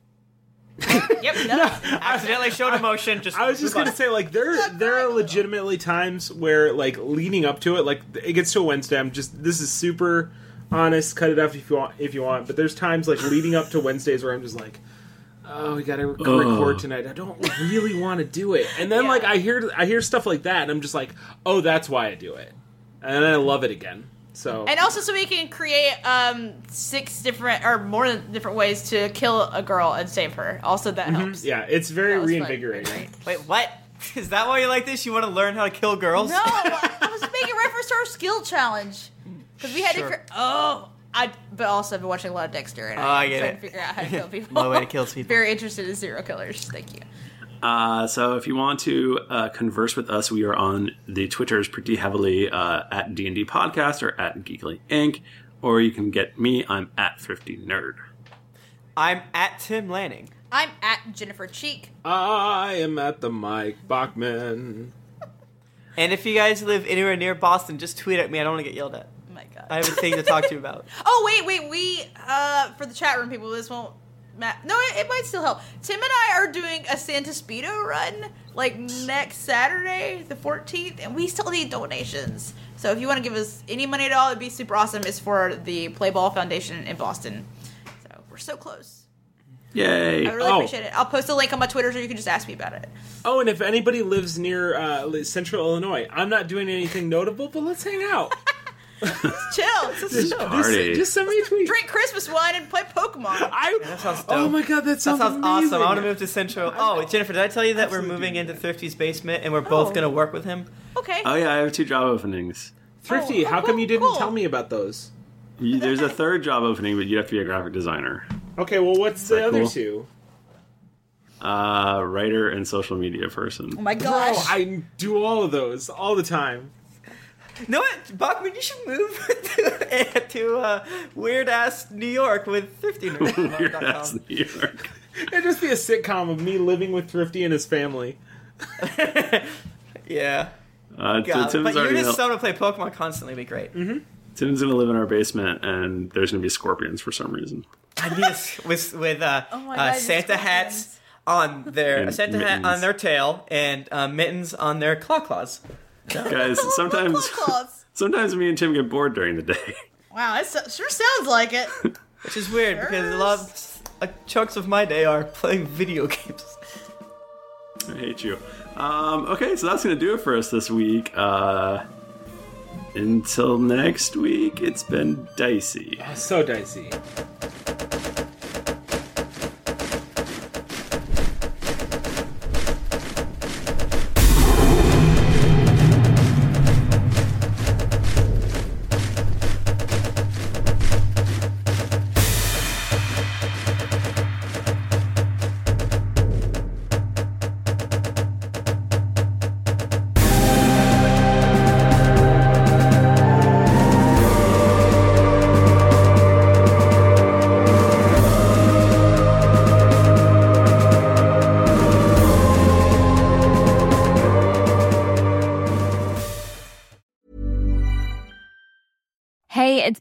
Speaker 5: Accidentally showed emotion. Just
Speaker 8: I was just gonna say, like, there there are legitimately times where, like, leading up to it, like, it gets to a Wednesday. I'm just this is super honest. Cut it off if you want, if you want. But there's times like leading up to Wednesdays where I'm just like, oh, we gotta rec-
Speaker 1: Ugh.
Speaker 8: record tonight. I don't really want to do it. And then like I hear I hear stuff like that, and I'm just like, oh, that's why I do it. And then I love it again. So
Speaker 4: And also, so we can create um six different or more than different ways to kill a girl and save her. Also, that
Speaker 1: Mm-hmm.
Speaker 8: Mhm.
Speaker 4: helps.
Speaker 8: yeah, it's very
Speaker 4: was fun.
Speaker 8: reinvigorating.
Speaker 5: Wait, what? Is that why you like this? You want to learn how to kill girls?
Speaker 4: No, I was making reference to our skill challenge because we had
Speaker 5: Sure.
Speaker 4: to. Cre- oh, I. But also, I've been watching a lot of Dexter, and
Speaker 5: Oh,
Speaker 4: I'm
Speaker 5: I get
Speaker 4: trying
Speaker 5: it.
Speaker 4: to figure out how to kill people.
Speaker 1: My way to kill people.
Speaker 4: Very interested in serial killers. Thank you.
Speaker 1: Uh, so if you want to uh, converse with us, we are on the Twitters pretty heavily uh, at D and D Podcast or at Geekly Inc. Or you can get me. I'm at Thrifty Nerd.
Speaker 5: I'm at Tim Lanning.
Speaker 4: I'm at Jennifer Cheek.
Speaker 8: I am at the Mike Bachman.
Speaker 5: And if you guys live anywhere near Boston, just tweet at me. I don't want to get yelled at.
Speaker 4: Oh my god.
Speaker 5: I have a thing to talk to you about.
Speaker 4: Oh wait, wait, we uh for the chat room people, this won't. Ma- no, it, it might still help. Tim and I are doing a Santa Speedo run like next Saturday, the 14th, and we still need donations. So if you want to give us any money at all, it'd be super awesome. It's for the Play Ball Foundation in Boston. So we're so close.
Speaker 1: Yay!
Speaker 4: I really appreciate it. I'll post a link on my Twitter so you can just ask me about it.
Speaker 8: Oh, and if anybody lives near uh, li- Central Illinois, I'm not doing anything notable, but let's hang out.
Speaker 4: Chill. It's
Speaker 8: Just
Speaker 4: chill.
Speaker 8: party. just send me a tweet.
Speaker 4: Drink Christmas wine and play Pokemon.
Speaker 8: I
Speaker 5: That sounds dope.
Speaker 8: Oh my god, that sounds,
Speaker 5: awesome. I want to
Speaker 8: amazing.
Speaker 5: move to Central. Oh, Jennifer, did I tell you that we're moving into Thrifty's basement and we're
Speaker 8: Oh.
Speaker 5: both going to work with him?
Speaker 4: Okay.
Speaker 1: Oh yeah, I have two job openings.
Speaker 8: Thrifty,
Speaker 5: Oh,
Speaker 8: how come you didn't tell me about those?
Speaker 1: You- There's a third job opening, but you have to be a graphic designer,
Speaker 8: Okay, well, what's the
Speaker 1: that
Speaker 8: other
Speaker 1: cool?
Speaker 8: two?
Speaker 1: uh, writer, and social media
Speaker 5: Oh
Speaker 1: person.
Speaker 4: Oh my gosh.
Speaker 8: Bro, I do all of those all the time.
Speaker 5: No, what, Bachman, you should move to, to uh, weird ass New York with Thrifty Nerd.
Speaker 1: That's New York.
Speaker 8: It'd just be a sitcom of me living with Thrifty and his family.
Speaker 5: yeah.
Speaker 1: Uh, so
Speaker 5: God,
Speaker 1: Tim's
Speaker 5: but you're
Speaker 1: already
Speaker 5: just
Speaker 1: know-
Speaker 5: someone to play Pokemon constantly. Be great. Mm-hmm.
Speaker 1: Tim's gonna live in our basement, and there's gonna be scorpions for some reason.
Speaker 5: I need this with with uh,
Speaker 4: Oh my
Speaker 5: uh,
Speaker 4: God, you're
Speaker 5: Santa
Speaker 4: scorpions.
Speaker 5: hats, on their
Speaker 1: And
Speaker 5: a Santa hat
Speaker 1: mittens.
Speaker 5: on their tail and uh, mittens on their claw claws.
Speaker 1: Guys, sometimes sometimes me and Tim get bored during the day.
Speaker 4: Wow, it so- sure sounds like it.
Speaker 5: Which is weird because a lot of uh, chunks of my day are playing video games.
Speaker 1: I hate you. Um, okay, so that's gonna do it for us this week. Uh, until next week, it's been dicey.
Speaker 8: so dicey.
Speaker 16: Hey, it's